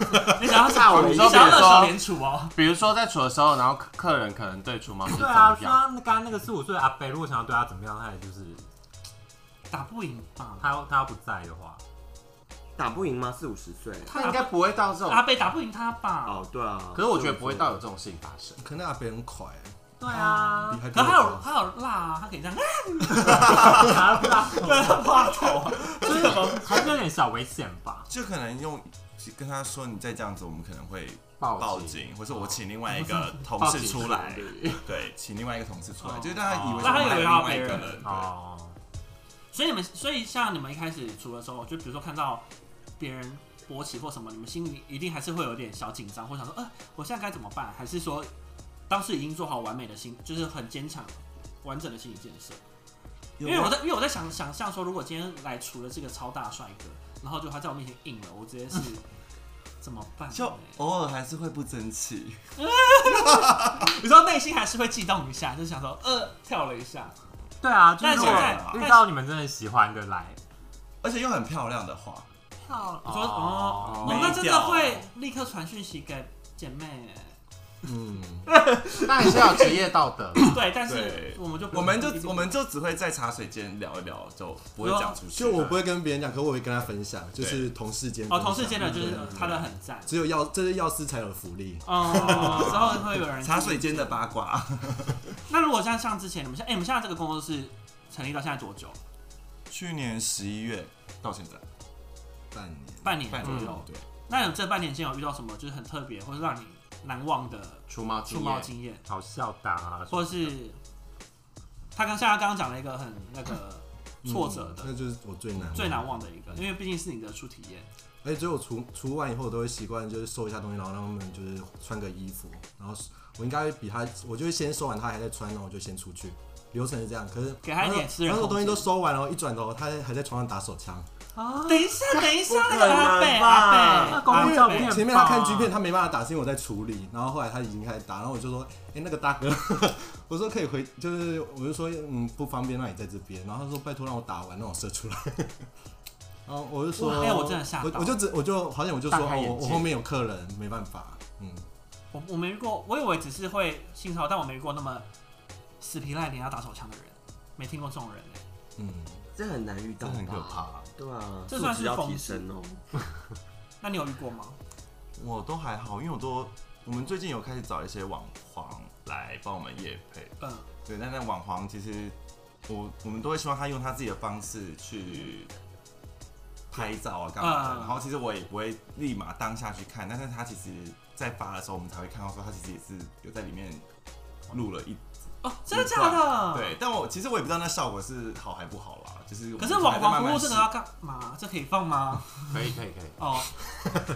Speaker 1: 你想要下午，你
Speaker 6: 你说
Speaker 1: 想要二
Speaker 6: 比如说
Speaker 1: 手联储哦。
Speaker 6: 比如说在处的时候，然后客客人可能对厨毛是怎
Speaker 2: 对啊，
Speaker 6: 么
Speaker 2: 说
Speaker 6: 样？
Speaker 2: 刚刚那个四五岁的阿伯，如果想要对他怎么样，他也就是
Speaker 1: 打不赢吧？
Speaker 2: 他要他要不在的 话，
Speaker 7: 打不赢吗？四五十岁。
Speaker 6: 他应该不会到这种，
Speaker 1: 阿贝打不赢他吧？
Speaker 7: 哦，对啊。
Speaker 6: 可是我觉得不会到有这种事情发生。
Speaker 5: 可能阿北很快、
Speaker 2: 对啊
Speaker 5: 比，还比
Speaker 1: 可
Speaker 5: 我
Speaker 1: 是他有
Speaker 5: 快
Speaker 1: 他有辣啊，他可以这样，
Speaker 2: 还是啦
Speaker 1: 对，他怕头啊，
Speaker 2: 就是还是有点小危险吧。
Speaker 4: 就可能用跟他说你再这样子，我们可能会
Speaker 6: 报
Speaker 4: 报
Speaker 6: 警
Speaker 4: 警，或是我请另外一个同
Speaker 6: 报
Speaker 4: 事
Speaker 6: 警
Speaker 4: 出来
Speaker 7: 对，
Speaker 4: 对，请另外一个同事出来，
Speaker 1: 哦
Speaker 4: 就是让他以为
Speaker 1: 让他
Speaker 4: 说
Speaker 1: 以为
Speaker 4: 有
Speaker 1: 他
Speaker 4: 另外一
Speaker 1: 别
Speaker 4: 个
Speaker 1: 人
Speaker 4: 人，对，
Speaker 2: 哦，
Speaker 1: 所以你们，所以像你们一开始组的时候，就比如说看到别人勃起或什么，你们心里一定还是会有点小紧张，或想说，呃，我现在该怎么办？还是说，当时已经做好完美的心，就是很坚强、完整的心理建设？因为我在，因为我在想想象说，如果今天来除了这个超大帅哥，然后就他在我面前硬了，我直接是怎么办呢？
Speaker 4: 就偶尔还是会不争气，
Speaker 1: 你知道内心还是会悸动一下，就想说，呃，跳了一下，
Speaker 2: 对啊，就是
Speaker 1: 但
Speaker 2: 如
Speaker 1: 现
Speaker 2: 果
Speaker 1: 在但
Speaker 2: 遇到你们真的喜欢的来，
Speaker 4: 而且又很漂亮的话，
Speaker 2: 跳
Speaker 1: 你说哦，哦，那真的会立刻传讯息给姐妹欸。
Speaker 5: 嗯，
Speaker 6: 那也是要有职业道德嘛，
Speaker 1: 对，但是
Speaker 4: 对
Speaker 1: 我们就不
Speaker 4: 我们就
Speaker 1: 一定
Speaker 4: 我们就只会在茶水间聊一聊，就不会讲出去。
Speaker 5: 就我不会跟别人讲，可我会跟他分享，就是同事间
Speaker 1: 哦，
Speaker 5: 分享
Speaker 1: 同事间的就
Speaker 5: 对
Speaker 1: 是
Speaker 5: 对对
Speaker 1: 他的很赞，
Speaker 5: 只有药，这是药师才有福利。
Speaker 1: 哦，之后会有人
Speaker 4: 茶水。间的八卦，
Speaker 1: 那如果像像之前你们像哎，你们现在这个工作室成立到现在多久？
Speaker 4: 去年十一月到现在
Speaker 5: 半年，
Speaker 1: 半年
Speaker 4: 半
Speaker 1: 左
Speaker 4: 年
Speaker 1: 右。
Speaker 4: 对，
Speaker 1: 那你这半年间有遇到什么就是很特别或者让你难忘的
Speaker 6: 除毛经
Speaker 1: 出猫
Speaker 6: 验。
Speaker 1: 经验，
Speaker 2: 好笑的啊，
Speaker 1: 或者是他刚像他刚刚讲了一个很那个挫折
Speaker 5: 嗯那
Speaker 1: 的
Speaker 5: 就是我最难忘
Speaker 1: 最难忘的一个，因为毕竟是你的初体验。
Speaker 5: 而且只有除除完以后，我都会习惯就是收一下东西，然后让他们就是穿个衣服，然后我应该会比他，我就会先收完，他还在穿，然哦后我就先出去。流程是这样，可是
Speaker 1: 给他一点私人
Speaker 5: 然后我
Speaker 1: 空
Speaker 5: 东
Speaker 1: 间
Speaker 5: 西都收完了，然后一转头，他还在床上打手 枪。
Speaker 1: 等一下，等一下，那个
Speaker 7: 不可
Speaker 1: 阿贝
Speaker 7: 能吧
Speaker 1: 阿
Speaker 2: 啊那
Speaker 1: 贝
Speaker 2: 公
Speaker 1: 阿
Speaker 2: 司照
Speaker 1: 贝
Speaker 2: 片吧
Speaker 5: 前面他看 G 片，他没办法打，是因为我在处理。然后后来他已经开始打，然后我就说：“哎、那个大 哥， 我说可以回，就是我就说嗯不方便让你在这边。”然后他说：“拜托让我打完，让我射出来。” 然后我就说：“
Speaker 1: 哇哎我真的吓到
Speaker 5: 我我就只我就好像我就说
Speaker 6: 大开
Speaker 5: 哦
Speaker 6: 眼
Speaker 5: 我我
Speaker 6: 界
Speaker 5: 后面有客人，没办法。”嗯，
Speaker 1: 我我没遇过，我以为只是会性骚扰，但我没遇过那么死皮赖脸要打手枪的人，没听过这种人、欸。
Speaker 5: 嗯，
Speaker 7: 这很难遇到，
Speaker 4: 真的很可。怕。
Speaker 7: 对啊，
Speaker 1: 这算是
Speaker 7: 素质要
Speaker 1: 讽
Speaker 7: 提
Speaker 1: 刺
Speaker 7: 升哦。
Speaker 1: 那你有遇过吗？
Speaker 4: 我都还好，因为我都我们最近有开始找一些网黄来帮我们夜配，
Speaker 1: 嗯，
Speaker 4: 对，但那网黄其实我我们都会希望他用他自己的方式去拍照啊干嘛的，
Speaker 1: 嗯
Speaker 4: 然后其实我也不会立马当下去看，但是他其实在发的时候，我们才会看到说他其实也是有在里面录了一
Speaker 1: 哦，真的假的？。
Speaker 4: 对，但我其实我也不知道那效果是好还不好啦，就是
Speaker 1: 可是网
Speaker 4: 黄
Speaker 1: 黄服务这个要干嘛？这可以放吗？
Speaker 6: 可以可以可以，
Speaker 1: 哦，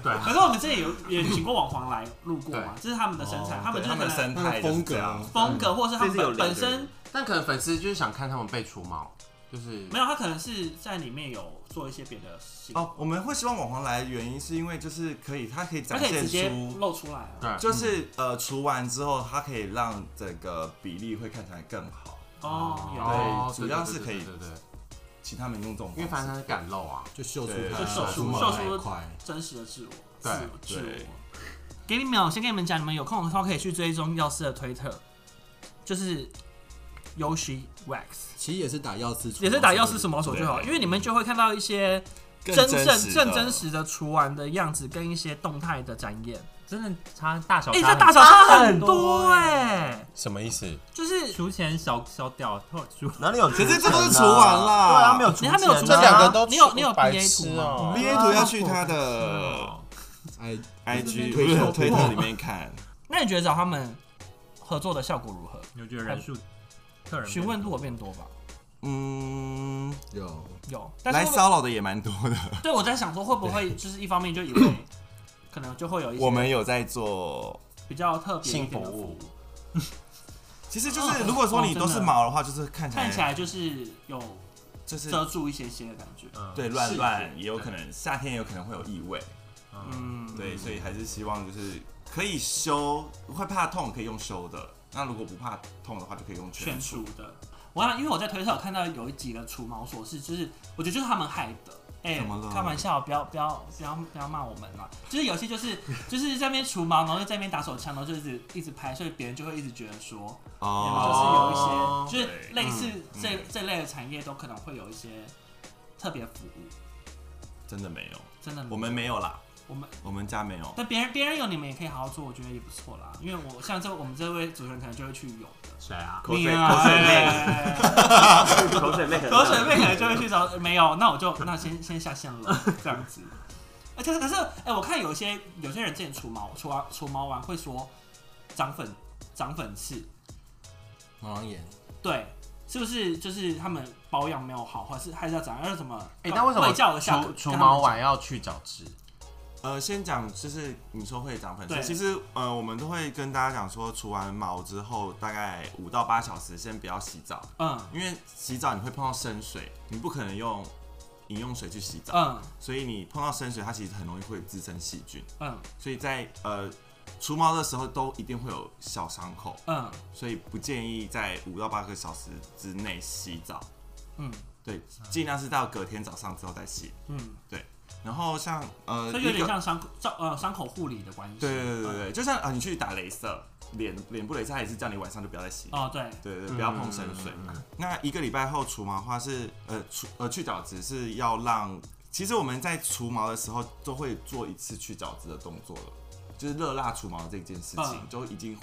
Speaker 2: 对啊
Speaker 1: 可是我们之前有也请过网黄来路过嘛，这是他们的身材，
Speaker 4: 他
Speaker 1: 们就是可
Speaker 4: 哦他们的嗯
Speaker 1: 能
Speaker 4: 生态就是
Speaker 5: 风格
Speaker 4: 这样
Speaker 1: 风格，或啊者是他们
Speaker 7: 这是有
Speaker 1: 本
Speaker 7: 两个
Speaker 1: 本
Speaker 7: 人
Speaker 1: 身
Speaker 6: 但可能粉丝就是想看他们被除毛，就是
Speaker 1: 没有，他可能是在里面有做一些别的事情，
Speaker 4: 哦，我们会希望网黄来的原因是因为就是可以，它可以
Speaker 1: 他
Speaker 4: 展
Speaker 1: 可以直
Speaker 4: 现
Speaker 1: 接
Speaker 4: 出，
Speaker 1: 露出来啊。
Speaker 6: 对
Speaker 4: 就是、呃除完之后，它可以让整个比例会看起来更好，
Speaker 1: 哦，有
Speaker 6: 哦
Speaker 4: 对主要是可以
Speaker 6: 对对对，对
Speaker 4: 请他们用这种
Speaker 6: 因为
Speaker 4: 方
Speaker 6: 反
Speaker 4: 式
Speaker 6: 正他是敢露啊，
Speaker 5: 就秀出
Speaker 1: 呃
Speaker 4: 对
Speaker 5: 他
Speaker 4: 就秀出
Speaker 5: 出毛
Speaker 1: 秀
Speaker 5: 那
Speaker 1: 出
Speaker 5: 一块。
Speaker 1: 真实的自我，
Speaker 6: 对
Speaker 1: 自我自
Speaker 4: 对
Speaker 1: 我。给你们，我先跟你们讲，你们有空的时候可以去追踪药师的推特，就是 Yoshi Wax，
Speaker 5: 其实也是打药师，
Speaker 1: 也是打药师什么手就好，
Speaker 4: 对
Speaker 1: 因为你们就会看到一些
Speaker 4: 更
Speaker 1: 真
Speaker 4: 真
Speaker 1: 正
Speaker 4: 实
Speaker 1: 正
Speaker 4: 的
Speaker 1: 真实的厨玩的样子跟一些动态的展演。
Speaker 2: 真的差大小
Speaker 1: 哎、欸，
Speaker 2: 差
Speaker 1: 这
Speaker 2: 很
Speaker 1: 大小差很
Speaker 2: 多
Speaker 1: 多哎、
Speaker 8: 什么意思？
Speaker 1: 就是
Speaker 2: 出钱小小屌透出，
Speaker 6: 哪里有？
Speaker 4: 可是这都是除完啦
Speaker 6: 对啊，没有出
Speaker 1: 你
Speaker 6: 钱啊，
Speaker 1: 还没有出
Speaker 8: 这两个都
Speaker 1: 你有你有
Speaker 8: 白
Speaker 1: PA
Speaker 8: 痴
Speaker 1: 图
Speaker 8: 哦、
Speaker 4: B A 图要去他的
Speaker 5: 哎，
Speaker 4: IG 不
Speaker 5: 推特
Speaker 4: 是哦推特里面看，
Speaker 1: 那你觉得找他们合作的效果如何？
Speaker 2: 你有觉得人数 客人
Speaker 1: 询问度有变多吧？
Speaker 4: 嗯，
Speaker 5: 有
Speaker 1: 有，但是
Speaker 4: 来
Speaker 1: 会不会
Speaker 4: 骚扰的也蛮多的。
Speaker 1: 对我在想说会不会就是一方面就以为可能就会有一
Speaker 4: 我
Speaker 1: 些
Speaker 4: 们有在做，
Speaker 1: 比较特别一点的
Speaker 6: 性服务
Speaker 1: 务，
Speaker 4: 其实
Speaker 1: 哦
Speaker 4: 就是如果说你都是毛的话，就是看起来
Speaker 1: 看起来就是有
Speaker 4: 就是
Speaker 1: 遮住一些些的感觉。
Speaker 2: 嗯
Speaker 4: 对乱乱，也有可能夏天也有可能会有异味，
Speaker 2: 嗯
Speaker 1: 嗯，
Speaker 4: 对，所以还是希望就是可以修，会怕痛可以用修的，那如果不怕痛的话就可以用
Speaker 1: 选
Speaker 4: 全除。
Speaker 1: 除的。我想，因为我在推特有看到有一集的除毛琐事，就是我觉得就是他们害的。哎、
Speaker 4: 怎么了
Speaker 1: 开玩笑，不要不要不要不要骂我们啦！就是有些就是 就是在那边除毛，然后就在那边打手枪，然后就一直一直拍，所以别人就会一直觉得说，你们
Speaker 2: 哦
Speaker 1: 就是有一些就是类似
Speaker 4: 嗯
Speaker 1: 这、
Speaker 4: 嗯
Speaker 1: 这类的产业都可能会有一些特别服务，
Speaker 4: 真的没有，
Speaker 1: 真的。
Speaker 4: 我们没有啦，
Speaker 1: 我们
Speaker 4: 我们家没有。
Speaker 1: 但别人别人有你们也可以好好做，我觉得也不错啦。因为我像这我们这位主持人可能就会去有的，
Speaker 2: 谁啊？
Speaker 7: 口水
Speaker 1: 你啊
Speaker 7: 口水妹
Speaker 1: 哎
Speaker 7: 口水妹很
Speaker 1: 口水妹可能就会去找，没有，那我就那先先下线了，这样子。而且可是，哎、我看有些有些人之前除毛，除完除毛完会说长粉长粉刺，
Speaker 5: 毛囊炎，
Speaker 1: 对，是不是就是他们保养没有好，或是还是要长，要什么？
Speaker 6: 哎、那为什么
Speaker 1: 会叫我下
Speaker 6: 除除毛完？要去角质？
Speaker 4: 呃，先讲就是你说会长粉
Speaker 1: 对
Speaker 4: 刺，其实呃我们都会跟大家讲说，除完毛之后大概五到八小时先不要洗澡，
Speaker 1: 嗯
Speaker 4: 因为洗澡你会碰到生水，你不可能用饮用水去洗澡，
Speaker 1: 嗯
Speaker 4: 所以你碰到生水它其实很容易会滋生细菌，
Speaker 1: 嗯
Speaker 4: 所以在呃除毛的时候都一定会有小伤口，
Speaker 1: 嗯
Speaker 4: 所以不建议在五到八个小时之内洗澡，
Speaker 1: 嗯
Speaker 4: 对，尽量是到隔天早上之后再洗。
Speaker 1: 嗯，
Speaker 4: 然后像呃，
Speaker 1: 这有
Speaker 4: 一个
Speaker 1: 点像嗯伤口照呃伤口护理的关系。
Speaker 4: 对对对对，就像啊，你去打镭射，脸脸部镭射，它也是叫你晚上就不要再洗脸。
Speaker 1: 哦对，
Speaker 4: 对对对，不要碰生水。那一个礼拜后除毛的话是呃除呃去角质是要让，其实我们在除毛的时候都会做一次去角质的动作了，就是热蜡除毛这件事情、
Speaker 1: 嗯
Speaker 4: 就已经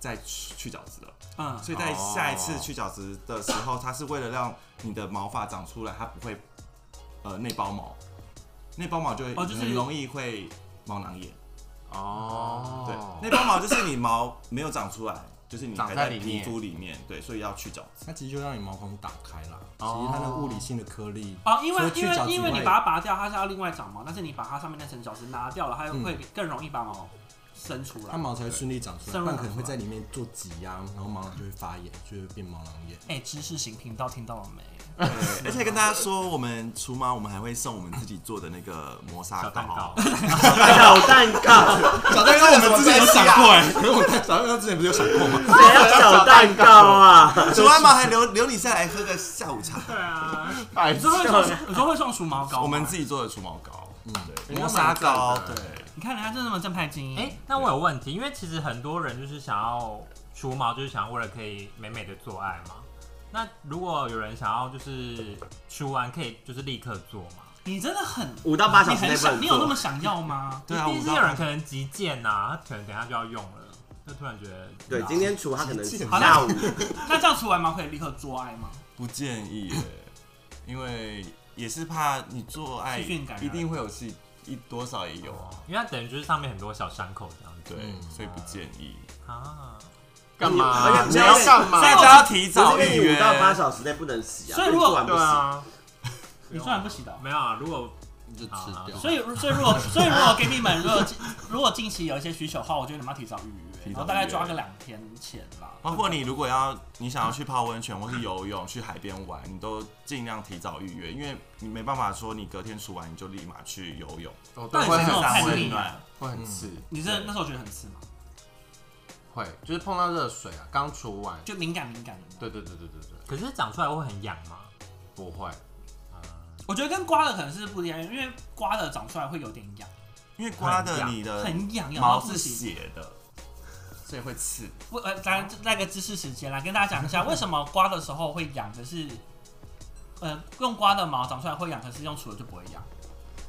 Speaker 4: 在去去角质了。
Speaker 1: 嗯
Speaker 4: 所以在下一次去角质的时候，它是为了让你的毛发长出来，它不会呃内包毛，内包毛就会
Speaker 1: 哦就是
Speaker 4: 很容易会毛囊炎。
Speaker 6: 哦，
Speaker 4: 对，内包毛就是你毛没有长出来，就是你
Speaker 6: 长
Speaker 4: 还
Speaker 6: 在
Speaker 4: 在
Speaker 6: 里
Speaker 4: 皮
Speaker 6: 面
Speaker 4: 肤里面，对，所以要去角质。
Speaker 5: 它其实就让你毛孔打开啦。其实它的物理性的颗粒，
Speaker 1: 哦，因为
Speaker 5: 除了去
Speaker 1: 因为
Speaker 5: 角质
Speaker 1: 因为
Speaker 5: 以外
Speaker 1: 你把它拔掉，它是要另外长毛，但是你把它上面那层角质拿掉了，它又会更容易把毛生出来
Speaker 5: 它。毛才顺利长出来，
Speaker 1: 对
Speaker 5: 不然可能会在里面做挤压，然后毛囊就会发炎，就会变毛囊炎。
Speaker 1: 哎、知识型频道听到了没？
Speaker 4: 而且跟大家说，我们除毛，我们还会送我们自己做的那个磨砂
Speaker 2: 小蛋糕，
Speaker 7: 小哎蛋糕，
Speaker 5: 小蛋糕我们之前有想过哎，可是 我们小蛋糕之前不是有想过吗？
Speaker 7: 谁要小蛋糕啊？
Speaker 4: 除完毛还留留你下来喝个下午茶。
Speaker 2: 对啊，
Speaker 1: 你说会送，你说会送除毛膏吗？
Speaker 4: 我们自己做的除毛膏，
Speaker 5: 嗯，
Speaker 4: 对，磨砂膏，对，
Speaker 1: 你看人家真的那么正派
Speaker 4: 嗯
Speaker 1: 精英。
Speaker 2: 哎、那我有问题，因为其实很多人就是想要除毛，就是想要为了可以美美的做爱嘛。那如果有人想要就是除完可以就是立刻做嘛？
Speaker 1: 你真的很，
Speaker 7: 五到八小
Speaker 1: 你
Speaker 7: 时
Speaker 1: 很
Speaker 7: 内不
Speaker 1: 想，
Speaker 7: 能
Speaker 1: 你有那么
Speaker 7: 做。
Speaker 1: 想要吗？
Speaker 4: 对啊
Speaker 2: 一定
Speaker 4: 我
Speaker 2: 是
Speaker 4: 知道
Speaker 2: 有人可能急件呐、啊，他可能等一下就要用了，就突然觉得
Speaker 7: 对，今天除他可能
Speaker 1: 好
Speaker 7: 下
Speaker 1: 啦
Speaker 7: 午，
Speaker 1: 那这样除完毛可以立刻做爱吗？
Speaker 4: 不建议耶，因为也是怕你做爱
Speaker 1: 细菌感染
Speaker 4: 一定会有细，一多少也有
Speaker 2: 有
Speaker 4: 啊，，
Speaker 2: 因为它等于就是上面很多小伤口这样子
Speaker 4: 对，所以不建议。
Speaker 2: 啊。
Speaker 6: 干嘛
Speaker 7: 而？
Speaker 6: 你
Speaker 7: 且
Speaker 6: 要干嘛
Speaker 4: 所？以就要提早
Speaker 7: 不是
Speaker 4: 预
Speaker 7: 因为你
Speaker 4: 约
Speaker 7: 五。到八小时内不能洗啊，
Speaker 1: 所以如果
Speaker 7: 做完不
Speaker 6: 对
Speaker 7: 洗，
Speaker 6: 啊，
Speaker 1: 你虽然不洗的哦。
Speaker 2: 没有啊，如果啊
Speaker 5: 你就吃
Speaker 2: 好
Speaker 5: 掉。
Speaker 1: 所以，所以如果，所以如果给你们，如果近如果近期有一些需求的话，我觉得你们要提早预约，
Speaker 4: 提早预约
Speaker 1: 然后大概抓个两天前啦。
Speaker 4: 包括你如果要你想要去泡温泉或是游泳、去海边玩，你都尽量提早预约，因为你没办法说你隔天除完你就立马去游泳，
Speaker 6: 哦
Speaker 1: 到
Speaker 6: 对
Speaker 1: 底
Speaker 6: 会
Speaker 1: 是那
Speaker 6: 很
Speaker 1: 种
Speaker 4: 很
Speaker 1: 叛
Speaker 4: 温
Speaker 1: 逆
Speaker 4: 暖
Speaker 1: 啊？
Speaker 6: 会很刺，
Speaker 1: 你这那时候我觉得很刺嘛，
Speaker 6: 会就是碰到热水啊，刚除完。
Speaker 1: 就敏感敏感的。
Speaker 6: 对对对对对对，
Speaker 2: 可是长出来会很痒吗？
Speaker 6: 不会。
Speaker 1: 我觉得跟刮的可能是不一样，因为刮的长出来会有点痒，
Speaker 4: 因为刮的你的
Speaker 1: 很痒，痒到
Speaker 4: 毛
Speaker 1: 不
Speaker 4: 是
Speaker 1: 行。
Speaker 4: 血的，所以会刺。
Speaker 1: 我 呃，咱那个知识时间来跟大家讲一下，为什么刮的时候会痒，可是呃，用刮的毛长出来会痒，可是用除的就不会痒。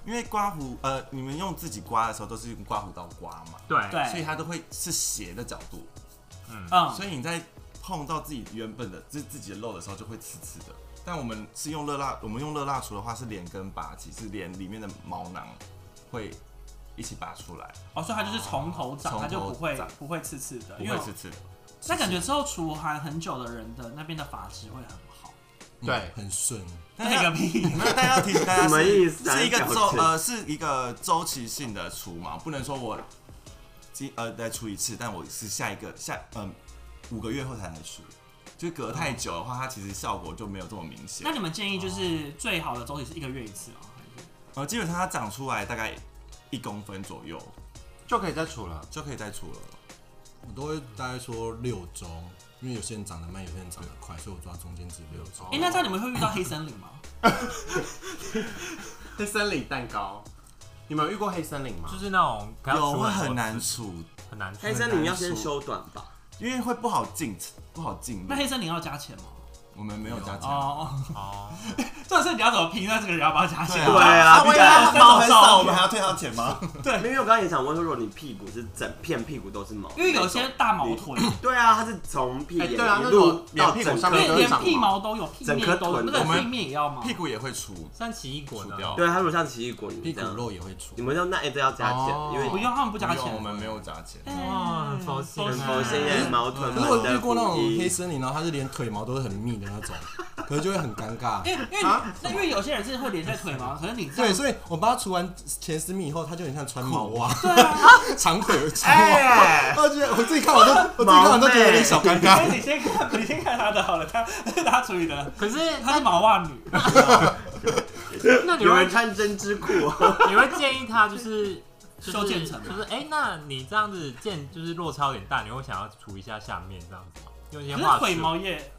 Speaker 4: 因为刮胡呃，你们用自己刮的时候都是用刮胡刀刮嘛，
Speaker 2: 对
Speaker 1: 对，
Speaker 4: 哎所以它都会是斜的角度，
Speaker 2: 嗯，
Speaker 1: 嗯，
Speaker 4: 所以你在碰到自己原本的自自己的肉的时候就会刺刺的。但我们是用热蜡，我们用热蜡除的话是连根拔起，是连里面的毛囊会一起拔出来，
Speaker 1: 哦，所以它就是从头长，
Speaker 4: 从
Speaker 1: 它就
Speaker 4: 头
Speaker 1: 不会
Speaker 4: 长
Speaker 1: 不会刺刺的，
Speaker 4: 不
Speaker 1: 因为
Speaker 4: 会刺刺的。
Speaker 1: 那感觉之后除寒很久的人的那边的发质会很好。
Speaker 6: 对
Speaker 5: 很顺。
Speaker 4: 但
Speaker 1: 那
Speaker 4: 要
Speaker 1: 个屁！
Speaker 4: 没有，但要提醒大家
Speaker 7: 什么意
Speaker 4: 是
Speaker 7: 思啊
Speaker 4: 是一个
Speaker 7: 你
Speaker 4: 周
Speaker 7: 表情
Speaker 4: 呃是一个周期性的除毛，不能说我今呃再除一次，但我是下一个下嗯、五个月后才来除，就隔太久的话，它其实效果就没有这么明显
Speaker 1: 那。你们建议就是最好的周期是一个月一次吗？还是
Speaker 4: 呃，基本上它长出来大概一公分左右
Speaker 6: 就可以再除了。
Speaker 4: 就可以再除了。
Speaker 5: 我都会大概说六周，因为有些人长得慢，有些人长得快，所以我抓中间值六周。
Speaker 1: 哎、那这样你们会遇到黑森林吗？
Speaker 6: 黑森林蛋糕，你们有遇过黑森林吗？
Speaker 2: 就是那种可要
Speaker 4: 有
Speaker 2: 除
Speaker 4: 会
Speaker 2: 多次
Speaker 4: 很难除，
Speaker 2: 很难除，
Speaker 7: 黑森林要先修短吧？
Speaker 4: 因为会不好进不好进
Speaker 1: 那黑
Speaker 4: 入。
Speaker 1: 森林要加钱吗？
Speaker 4: 我们没有加钱。
Speaker 1: 哦，
Speaker 2: 哦，
Speaker 1: 这是你要怎么评？那这个人要不要加
Speaker 4: 对
Speaker 1: 钱？
Speaker 4: 啊，
Speaker 7: 啊
Speaker 4: 万一
Speaker 7: 对啊
Speaker 4: 它毛很少，我们还要退他钱吗？
Speaker 7: 因为我刚刚也想问说，如果你屁股是整片屁股都是毛，
Speaker 1: 因为有些大毛腿，
Speaker 7: 对啊，它是从屁眼
Speaker 6: 哎对啊
Speaker 7: 一
Speaker 6: 那
Speaker 7: 路
Speaker 6: 种
Speaker 7: 到
Speaker 6: 连屁股
Speaker 7: 整
Speaker 6: 上
Speaker 7: 个
Speaker 6: 面
Speaker 1: 对，
Speaker 6: 都
Speaker 1: 连
Speaker 6: 长
Speaker 1: 屁
Speaker 6: 毛
Speaker 1: 毛都有，屁
Speaker 7: 啊整
Speaker 1: 面
Speaker 7: 颗
Speaker 1: 都有，
Speaker 7: 臀
Speaker 1: 那个
Speaker 4: 我们
Speaker 1: 屁面也要吗？
Speaker 4: 屁股也会除，
Speaker 2: 三奇异果呢
Speaker 4: 除？掉
Speaker 7: 对，啊它如果像奇异果
Speaker 5: 屁
Speaker 7: 泥这
Speaker 5: 股
Speaker 7: 样，
Speaker 5: 肉也会除
Speaker 7: 你，们要那一定要加
Speaker 6: 哦
Speaker 7: 钱，因为
Speaker 1: 不用，他们不加
Speaker 4: 不
Speaker 1: 钱嗯
Speaker 4: 用，我们没有加钱。
Speaker 1: 啊
Speaker 2: 哇很佛系
Speaker 1: 很
Speaker 2: 很
Speaker 7: 某
Speaker 2: 佛
Speaker 7: 些
Speaker 2: 系
Speaker 7: 人毛臀
Speaker 5: 可是我遇
Speaker 7: 的
Speaker 5: 过那种
Speaker 7: 骨
Speaker 5: 黑
Speaker 7: 衣，
Speaker 5: 森林，然后它是连腿毛都是很密的那种，可是就会很尴 尬。
Speaker 1: 因为因为你那因为有些人是会连在腿嘛，可是你这
Speaker 5: 对，
Speaker 1: 样
Speaker 5: 所以我帮他除完前十米以后，他就很像穿毛袜， 长腿长袜。
Speaker 7: 哎，
Speaker 5: 我觉得我自己看我都，我自己看我都觉得有点小尴尬。
Speaker 1: 所以你先看，你先看他的好了，他他处理的，
Speaker 2: 可是
Speaker 1: 他是毛袜女，
Speaker 2: 那你
Speaker 7: 有
Speaker 2: 会
Speaker 7: 人穿针织裤，
Speaker 2: 你会建议他就是就是
Speaker 1: 修建成吗
Speaker 2: 就是哎、那你这样子建就是落差有点大，你会想要除一下下面这样子吗？用一些
Speaker 1: 可
Speaker 2: 话
Speaker 1: 是
Speaker 2: 术
Speaker 1: 腿，毛也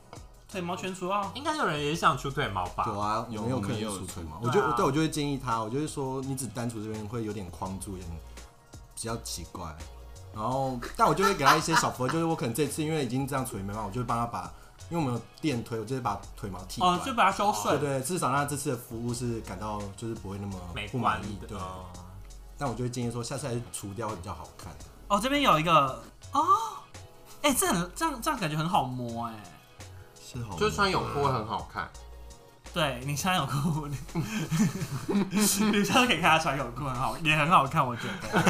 Speaker 1: 腿毛全除啊。
Speaker 2: 应该有人也想除腿毛吧？
Speaker 5: 有啊，
Speaker 4: 有
Speaker 5: 有没有
Speaker 4: 我
Speaker 5: 可
Speaker 4: 们
Speaker 5: 能
Speaker 4: 也有
Speaker 5: 除唇毛？
Speaker 2: 除
Speaker 5: 我就
Speaker 2: 对啊
Speaker 5: 对我就会建议他，我就会说你只单除这边会有点框住，有点比较奇怪。然后，但我就会给他一些小符合，就是我可能这次因为已经这样处理没办法，我就会帮他把，因为我们有电推，我就会把腿毛剃
Speaker 1: 哦
Speaker 5: 短，。
Speaker 1: 就把它修
Speaker 5: 对
Speaker 1: 顺。
Speaker 5: 对，至少让他这次的服务是感到就是不会那么
Speaker 2: 美
Speaker 5: 不
Speaker 2: 观
Speaker 5: 满意。对，
Speaker 2: 哦
Speaker 5: 但我就会建议说下次还是除掉会比较好看。
Speaker 1: 哦，这边有一个哦，哎、这很这样这样感觉很好摸哎、
Speaker 4: 是哦好，
Speaker 6: 就是穿泳裤会很好看。
Speaker 1: 对你穿泳裤，你女生可以看她穿泳裤，很好，也很好看，我觉得。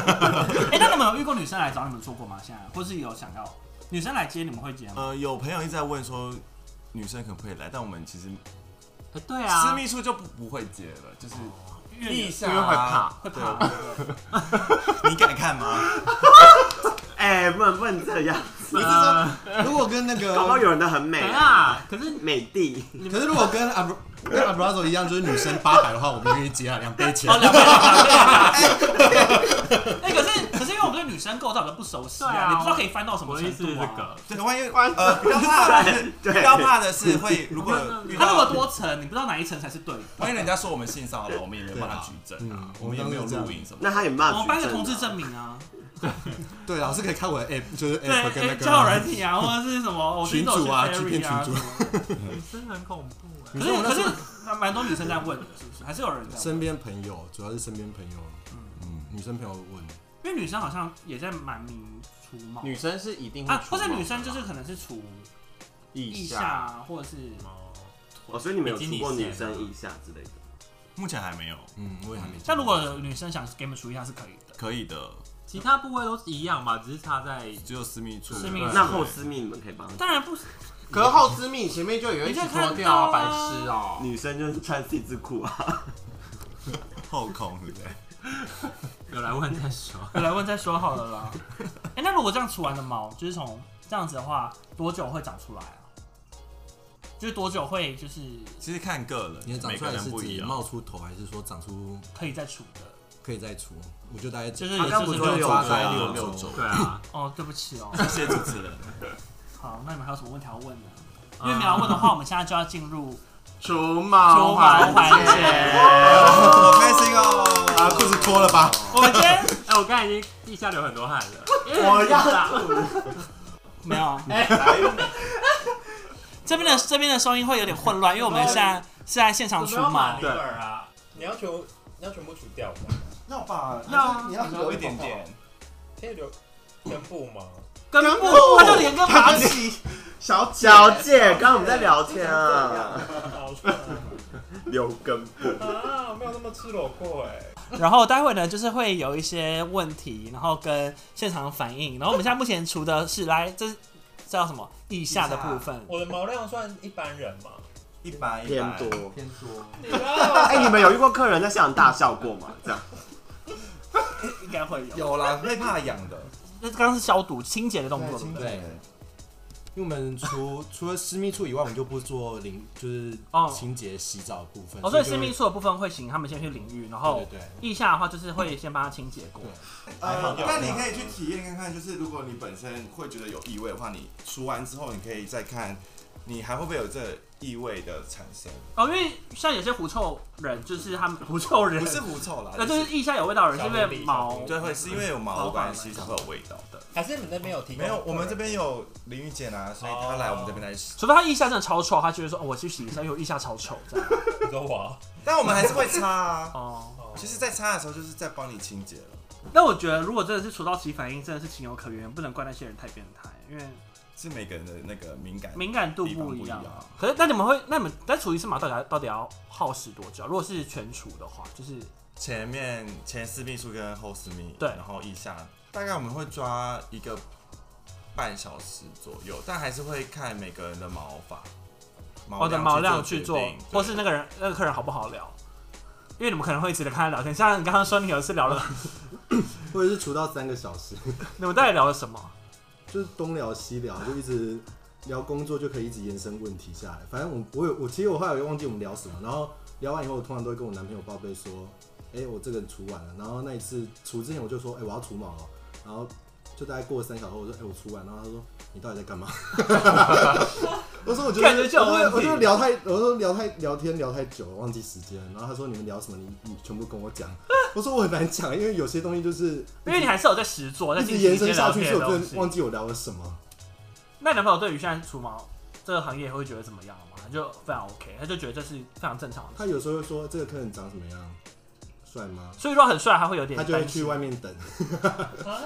Speaker 1: 哎、那你们有遇过女生来找你们做过吗？现在，或是有想要女生来接你们会接吗？
Speaker 4: 呃，有朋友一直在问说女生可不可以来，但我们其实
Speaker 2: 哎对啊，
Speaker 4: 私密处就不不会接了，就是
Speaker 5: 啊
Speaker 4: 地下
Speaker 6: 因为会怕
Speaker 4: 会 怕。你敢看吗？
Speaker 7: 哎，不能不能这样，
Speaker 5: 如果跟那个
Speaker 7: 搞不好有人的很美
Speaker 2: 等一，下，
Speaker 6: 哎
Speaker 2: 可是
Speaker 7: 美的，
Speaker 5: 可是如果跟 Abra 跟 Abrazo 一样，就是女生八百的话，我们愿意接啊，两倍钱
Speaker 1: 哦，。两倍两倍哎、可是可是因为我对女生构造比较不熟悉啊，
Speaker 2: 对啊
Speaker 1: 你不知道可以翻到什么
Speaker 2: 我的
Speaker 1: 程
Speaker 2: 意思
Speaker 1: 度
Speaker 2: 是这
Speaker 1: 啊。
Speaker 2: 个，
Speaker 4: 对，万一呃比较怕的是，
Speaker 7: 对
Speaker 4: 比较怕的是会如果遇
Speaker 1: 它那么
Speaker 4: 到，
Speaker 1: 多层，你不知道哪一层才是对的。
Speaker 4: 万一人家说我们性骚扰，我们也没有办法举证啊
Speaker 5: 嗯，
Speaker 4: 我们也没有录影什么的。
Speaker 7: 那他也
Speaker 1: 我
Speaker 7: 骂
Speaker 1: 们
Speaker 7: 举
Speaker 1: 哦办个
Speaker 7: 证
Speaker 1: 同志
Speaker 7: 啊
Speaker 1: 证明啊，
Speaker 5: 对，老师可以看我的 app，就是
Speaker 1: 对，
Speaker 5: app 跟那
Speaker 1: 哎
Speaker 5: 个
Speaker 1: 交友软体啊，或者是什 么，我
Speaker 5: 群主啊
Speaker 1: 啊，
Speaker 5: 去骗群主
Speaker 2: 女生很恐怖哎、
Speaker 5: 你
Speaker 1: 可
Speaker 5: 说
Speaker 1: 是
Speaker 5: 我那
Speaker 1: 可
Speaker 5: 时
Speaker 1: 是
Speaker 5: 候
Speaker 1: 蛮多女生在问的，是不是？还是有人在问？
Speaker 5: 身边朋友，主要是身边朋友，嗯，女生朋友问，
Speaker 1: 因为女生好像也在蛮迷除毛
Speaker 6: 女生是一定会
Speaker 1: 啊，
Speaker 6: 除
Speaker 1: 或
Speaker 6: 毛
Speaker 1: 者
Speaker 6: 的
Speaker 1: 女生就是可能是除
Speaker 6: 腋
Speaker 1: 腋下
Speaker 6: 下，
Speaker 1: 啊，或者是
Speaker 2: 哦
Speaker 7: 哦，所以你们有
Speaker 2: 比基
Speaker 7: 出
Speaker 2: 尼
Speaker 7: 过女
Speaker 2: 线
Speaker 7: 生
Speaker 2: 吗
Speaker 7: 腋下之类的？
Speaker 4: 目前还没有，
Speaker 5: 嗯，我也还没见过。
Speaker 1: 像如果有女生想给你们除一下是可以的，
Speaker 4: 可以的，
Speaker 2: 其他部位都是一样吧，只是差在
Speaker 4: 只有私密处。
Speaker 1: 私
Speaker 5: 嗯
Speaker 1: 密处
Speaker 7: 那后私密你们可以帮
Speaker 1: 当然不是
Speaker 6: 可是后私密前面就有一起脱掉啊，
Speaker 1: 你就看到
Speaker 6: 白
Speaker 1: 啊
Speaker 6: 痴哦、
Speaker 7: 女生就是穿 C 字裤啊，
Speaker 4: 后空，对不对？
Speaker 2: 有来问再说。
Speaker 1: 有来问再说好了 啦。哎、那如果这样除完的毛，就是从这样子的话，多久会长出来啊？就是多久会就是
Speaker 4: 其实看个人，
Speaker 5: 你的长
Speaker 4: 每
Speaker 5: 出
Speaker 4: 个
Speaker 5: 来
Speaker 4: 人
Speaker 5: 是
Speaker 4: 不一
Speaker 5: 指
Speaker 4: 样。
Speaker 5: 冒出头，还是说长出
Speaker 1: 可以再除的？
Speaker 5: 可以再除？我就大概
Speaker 1: 就是
Speaker 7: 他刚
Speaker 1: 就
Speaker 7: 不
Speaker 1: 是
Speaker 7: 是说
Speaker 1: 六
Speaker 7: 有
Speaker 5: 抓
Speaker 7: 个
Speaker 5: 大概
Speaker 7: 啊
Speaker 5: 六
Speaker 4: 六
Speaker 5: 周
Speaker 4: 周。
Speaker 2: 对啊，
Speaker 1: 哦，对不起哦。
Speaker 4: 谢谢主持人。
Speaker 1: 好，那你们还有什么问题要问呢？因为你们要问的话，我们现在就要进入
Speaker 6: 除
Speaker 1: 除
Speaker 6: 毛
Speaker 1: 毛环
Speaker 6: 环节。
Speaker 1: 节。
Speaker 4: 好开心哦！
Speaker 5: 啊，裤子脱了吧。
Speaker 1: 我们今天
Speaker 2: 哎、我刚才已经地下流很多汗了，
Speaker 6: 我要
Speaker 1: 没有，这边的这边的收音会有点混乱，因为我们现在是在现场
Speaker 2: 我
Speaker 1: 除
Speaker 2: 没
Speaker 1: 毛
Speaker 2: 有马。铃耳啊，
Speaker 8: 你要求你要全部除掉吗？
Speaker 5: 要吧？
Speaker 2: 要
Speaker 5: 你要
Speaker 4: 有一点点，
Speaker 8: 可以留根部吗？
Speaker 1: 根部，他就连根拔起，
Speaker 7: 小小姐，刚刚我们在聊天 啊，
Speaker 8: 好爽
Speaker 7: 刘根部，
Speaker 8: 啊！没有那么赤裸过哎。
Speaker 1: 然后待会呢，就是会有一些问题，然后跟现场反应。然后我们现在目前除的是来，这是这叫什么？腋下的部分。
Speaker 8: 我的毛量算一般人吗？
Speaker 4: 一百一
Speaker 7: 偏
Speaker 4: 百
Speaker 7: 多。
Speaker 5: 偏多。
Speaker 7: 哎，你们有遇过客人在现场大笑过吗？这样，
Speaker 1: 应该会有。
Speaker 4: 有啦，会怕痒的。
Speaker 1: 那刚刚是消毒清洁的动作，对不对？
Speaker 5: 对，因为我们 除除了私密处以外，我们就不做淋，就是
Speaker 1: 哦
Speaker 5: 清洁洗澡的部分。
Speaker 1: 哦，所以
Speaker 5: 就
Speaker 1: 私密处的部分会请他们先去淋浴，然后
Speaker 5: 对对对
Speaker 1: 腋下的话就是会先帮他清洁过。
Speaker 4: 呃，那你可以去体验看看，就是如果你本身会觉得有异味的话，你除完之后，你可以再看，你还会不会有这异味的产生？
Speaker 1: 哦，因为像有些狐臭人，就是他们狐臭人
Speaker 4: 不， 是狐臭啦，
Speaker 1: 那
Speaker 4: 就
Speaker 1: 就是是腋下有味道的人，是
Speaker 8: 小
Speaker 1: 因
Speaker 8: 狐狸
Speaker 1: 为毛。
Speaker 4: 对，会是因为有毛的关系才会有味道的。
Speaker 8: 还是你们那边有提供？
Speaker 4: 没有，我们这边有淋浴间啊，所以他来我们这边来洗，
Speaker 1: 除非他腋下真的超臭，他就会说：“哦，我去洗一下，因为我腋下超臭。”这样
Speaker 8: 你说我啊，
Speaker 4: 但我们还是会擦啊。
Speaker 1: 哦。
Speaker 4: 其实，在擦的时候就是在帮你清洁了，
Speaker 1: 但我觉得，如果真的是除到其反应，真的是情有可原，不能怪那些人太变态，因为
Speaker 4: 是每个人的那个敏感
Speaker 1: 敏感度
Speaker 4: 地方
Speaker 1: 不
Speaker 4: 不
Speaker 1: 一样。
Speaker 4: 样
Speaker 1: 可是，那你们会，那你们在除一次毛到底要到底要耗时多久啊？如果是全除的话，就是
Speaker 4: 前面前私密处跟后私密，
Speaker 1: 对
Speaker 4: 然后腋下，大概我们会抓一个半小时左右，但还是会看每个人的毛发、
Speaker 1: 我的哦毛量去
Speaker 4: 去
Speaker 1: 做
Speaker 4: 决定，
Speaker 1: 或是那个人那个客人好不好聊？因为你们可能会一直的跟他聊天，像你刚刚说你有一次 聊了，
Speaker 5: 或者是除到三个小时，
Speaker 1: 你们到底聊了什么？
Speaker 5: 就是东聊西聊，就一直聊工作，就可以一直延伸问题下来。反正我我有我其实我后来也忘记我们聊什么，然后聊完以后，我通常都会跟我男朋友报备说，哎、我这个除完了。然后那一次除之前我就说，哎、我要除毛了。然后就大概过了三小时后，我说，哎、我除完。然后他说，你到底在干嘛？ 我说我觉得
Speaker 1: 感觉就有
Speaker 5: 我就我
Speaker 1: 问题
Speaker 5: 就聊太，我说聊太聊天聊太久了，忘记时间了。然后他说你们聊什么，你你全部跟我讲。我说我很难讲，因为有些东西就是
Speaker 1: 因为你还是有在实做，在
Speaker 5: 一直
Speaker 1: 进行
Speaker 5: 延
Speaker 1: 一些
Speaker 5: 伸
Speaker 1: 聊
Speaker 5: 下去，
Speaker 1: 天
Speaker 5: 所以
Speaker 1: 的
Speaker 5: 我
Speaker 1: 东
Speaker 5: 真的忘
Speaker 1: 西。
Speaker 5: 记我聊了什么。
Speaker 1: 那你男朋友对于现在除毛这个行业会觉得怎么样吗？他就非常 OK，他就觉得这是非常正常的。
Speaker 5: 他有时候会说这个客人长什么样，帅吗？
Speaker 1: 所以说很帅，他会有点
Speaker 5: 他就会
Speaker 1: 担心
Speaker 5: 去外面 等，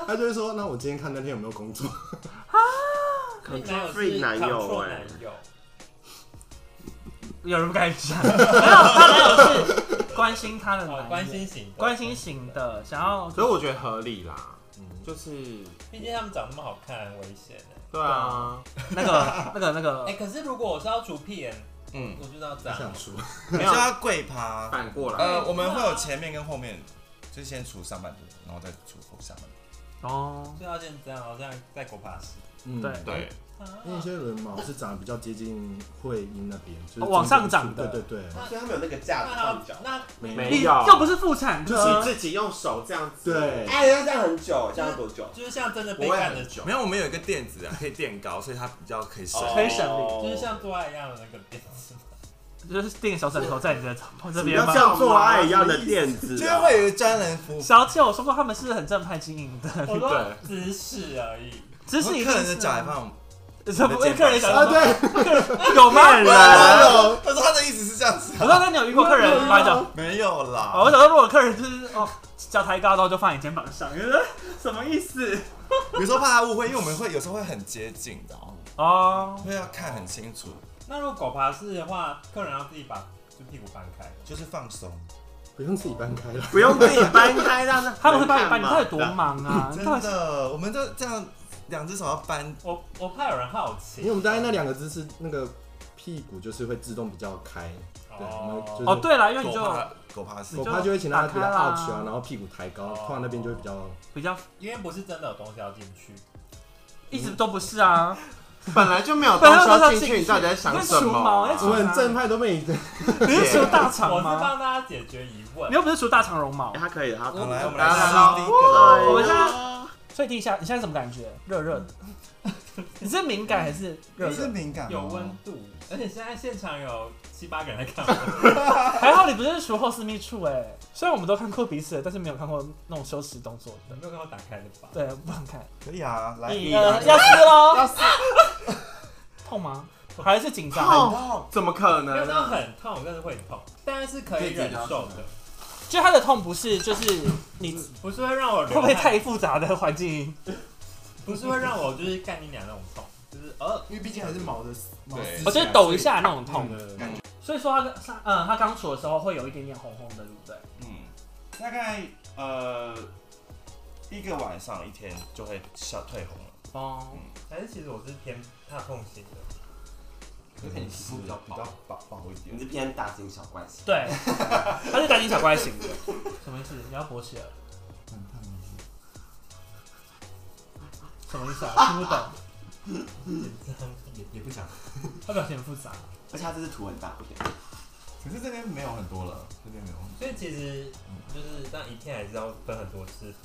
Speaker 5: 他就会说那我今天看那天有没有工作。
Speaker 8: control
Speaker 7: free 男友哎
Speaker 8: 男友
Speaker 1: 有人不敢啊讲，没有，他男友是关心他的男
Speaker 8: 哦
Speaker 1: 友，
Speaker 8: 关 心型的，
Speaker 1: 关心型的，想要
Speaker 6: 所以我觉得合理啦，就是
Speaker 8: 毕竟他们长那么好看，危险哎。
Speaker 6: 对啊，
Speaker 1: 那个那个那
Speaker 8: 哎，
Speaker 1: 个，
Speaker 8: 可是如果我是要除屁眼，
Speaker 4: 嗯，
Speaker 8: 我就要这
Speaker 5: 不想
Speaker 8: 样。
Speaker 5: 说，
Speaker 4: 你就要跪趴。
Speaker 6: 反过来，
Speaker 4: 呃，我们会有前面跟后面，就先除上半部，然后再除后下半部。
Speaker 1: 哦，
Speaker 8: 就要先这样，然后这样再狗爬屎。
Speaker 5: 嗯
Speaker 1: 对
Speaker 4: 对，
Speaker 8: 啊
Speaker 5: 因为有些人毛是长得比较接近会阴那边，就是
Speaker 1: 哦往上长的
Speaker 5: 的，对对
Speaker 7: 所以他们有那个架
Speaker 8: 那
Speaker 7: 子
Speaker 8: 他
Speaker 7: 放脚，
Speaker 8: 那
Speaker 6: 没
Speaker 1: 你
Speaker 6: 有，
Speaker 1: 又不是妇产
Speaker 7: 你
Speaker 5: 啊
Speaker 1: 科，
Speaker 7: 自己用手这样子，
Speaker 5: 对
Speaker 7: 哎，要这样很久，这样多久？
Speaker 8: 就是像真的被干的久，
Speaker 4: 没有，我们有一个垫子啊，可以垫高，所以它比较可以省。
Speaker 7: 哦
Speaker 1: 可以省
Speaker 2: 哦
Speaker 1: 力，
Speaker 8: 就是像做爱一样的那个垫子。
Speaker 1: 就是垫小枕头在你的头这边
Speaker 7: 要
Speaker 1: 吗？
Speaker 7: 像做爱一样的垫子
Speaker 4: 就是
Speaker 7: 啊，
Speaker 4: 会有一个专人服务，
Speaker 1: 小姐，我说过他们是很正派经营的，
Speaker 8: 我说姿势而已，
Speaker 1: 只是一
Speaker 4: 客
Speaker 1: 定
Speaker 4: 人
Speaker 1: 是啊
Speaker 4: 的脚还放。
Speaker 1: 这不会客人想
Speaker 5: 啊
Speaker 1: 说
Speaker 5: 对，
Speaker 1: 有吗？啊
Speaker 4: 他说他的意思是这样子，
Speaker 1: 我说那你有遇过客人把你脚？
Speaker 4: 没有啦。
Speaker 1: 哦我想说，如果客人就是哦脚抬高，然后就放你肩膀上，就是什么意思？
Speaker 4: 有时候怕他误会，因为我们会有时候会很接近的、哦，
Speaker 1: 哦，
Speaker 4: 会要看很清楚，
Speaker 8: 那如果狗爬式的话，客人要自己把就屁股搬开。
Speaker 4: 就是放松。
Speaker 5: 不用自己搬开了。
Speaker 7: 不用自己搬开，让 他
Speaker 1: 他们会帮你搬，你到底多忙啊？你
Speaker 4: 真
Speaker 1: 到底
Speaker 4: 的，我们就这样两只手要搬，
Speaker 8: 我我怕有人好
Speaker 5: 因
Speaker 8: 奇
Speaker 5: 为我，们大概那两个姿势，那个屁股就是会自动比较开，对，我们就是
Speaker 1: 哦，对了，因为你
Speaker 4: 狗
Speaker 1: 就
Speaker 4: 怕狗怕事
Speaker 5: 我
Speaker 1: 你。就
Speaker 5: 怕就会请他比较
Speaker 1: 打开啦
Speaker 5: out 啊，然后屁股抬高，
Speaker 8: 哦
Speaker 5: 放那边就会比较。
Speaker 1: 比较
Speaker 8: 因为不是真的有东西要进去，
Speaker 1: 一直都不是啊，
Speaker 6: 本来就没有东西要进去，你到底在想什
Speaker 1: 除毛要
Speaker 6: 么？
Speaker 1: 除
Speaker 5: 我很正派，都被你
Speaker 1: 你是除大
Speaker 8: 我
Speaker 1: 肠
Speaker 8: 是
Speaker 1: 吗？
Speaker 8: 帮大家解决疑问
Speaker 5: 哦
Speaker 1: 你。又不是除大肠绒毛
Speaker 7: 哎，他可以，他
Speaker 4: 好，
Speaker 7: 可以
Speaker 4: 来，我们
Speaker 6: 来
Speaker 4: 来
Speaker 6: 来
Speaker 4: 上第一个。
Speaker 1: 我们现在，所以第一下你现在什么感觉？热 热的，你是敏感还嗯是热
Speaker 4: 你是
Speaker 1: 热？
Speaker 4: 敏感吗
Speaker 8: 有
Speaker 1: 哦
Speaker 8: 温度，而且现在现场有七八个人在看 我，
Speaker 1: 还好你不是除后私密处哎、虽然我们都看过彼此的，但是没有看过那种羞耻动作
Speaker 8: 你
Speaker 1: 的。
Speaker 8: 没有看我打开的吧？
Speaker 1: 对，不能看。呃
Speaker 4: 可以啊，来，
Speaker 1: 一
Speaker 4: 一
Speaker 1: 二
Speaker 4: 二
Speaker 1: 要撕喽！痛吗？我还是紧张。
Speaker 7: 哦，怎么可
Speaker 8: 没有到
Speaker 7: 能？
Speaker 8: 很痛，但是会痛，但是可以忍受的，
Speaker 1: 就他的痛不是就是你
Speaker 8: 不是会让我
Speaker 1: 会
Speaker 8: 流
Speaker 1: 不
Speaker 8: 汗
Speaker 1: 会太复杂的环境音？
Speaker 8: 不是会让我就是干你娘那种痛，就是呃，
Speaker 5: 因为毕竟还是毛的毛丝
Speaker 4: 对
Speaker 1: 我就是抖一下那种痛。
Speaker 8: 的
Speaker 4: 感觉
Speaker 1: 嗯所以说他刚上嗯，他刚处的时候会有一点点红红的，对不对？
Speaker 4: 嗯，大概呃一个晚上一天就会小退红了，
Speaker 1: 哦，
Speaker 8: 还是其实我是偏怕痛型的，
Speaker 4: 可能是比较薄薄一
Speaker 7: 你
Speaker 4: 点。
Speaker 7: 是偏大惊小怪型，
Speaker 1: 对，他是大惊小怪型的。什么意思？你要勃起了？什么意思啊？听不懂，
Speaker 5: 也也不讲。
Speaker 1: 他表情很复杂。
Speaker 7: 而且它这是图很大不点，
Speaker 5: 可是这边没有很多了，这边没有。
Speaker 8: 所以其实就是那一天还是要分很多次，
Speaker 2: 嗯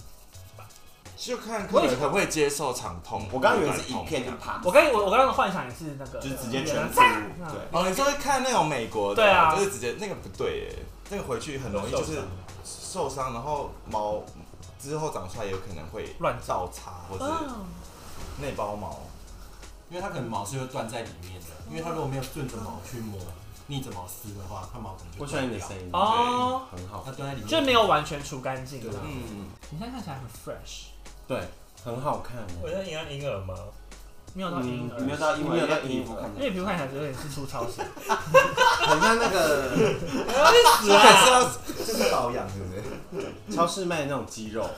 Speaker 4: 就看客人可不可以接受长痛。
Speaker 7: 我刚刚以为是一片就啪，
Speaker 1: 我刚我我刚刚的幻想也是那个，
Speaker 7: 就是直接全部
Speaker 1: 对
Speaker 7: 对，
Speaker 4: 哦，你说看那种美国的，
Speaker 1: 对啊
Speaker 4: 就是直接那个不对耶，那个回去很容易就是受伤，然后毛之后长出来有可能会
Speaker 1: 乱照。
Speaker 4: 倒插或者
Speaker 1: 啊
Speaker 4: 内包毛。
Speaker 5: 因为它可能毛是会断在里面的，因为它如果没有顺着毛去摸，逆着毛撕的话，它毛可能就
Speaker 7: 我喜欢
Speaker 5: 断
Speaker 7: 你的
Speaker 5: 掉。
Speaker 7: 声音，
Speaker 1: 哦，
Speaker 7: 很好，
Speaker 5: 它断在里面，
Speaker 1: 就没有完全除干净。
Speaker 5: 对
Speaker 1: 这样
Speaker 4: 嗯，
Speaker 1: 你现在看起来很 fresh，
Speaker 7: 对，很好看。欸
Speaker 8: 我像像婴儿吗？
Speaker 1: 没有到婴儿，
Speaker 7: 嗯你没有到，因为没有到衣衣服服看
Speaker 1: 因
Speaker 7: 起来
Speaker 1: 为皮肤看起来有点是粗糙型。
Speaker 5: 很像那个
Speaker 1: 是啊，
Speaker 5: 就是保养，对不对？
Speaker 7: 超市卖的那种鸡 肉，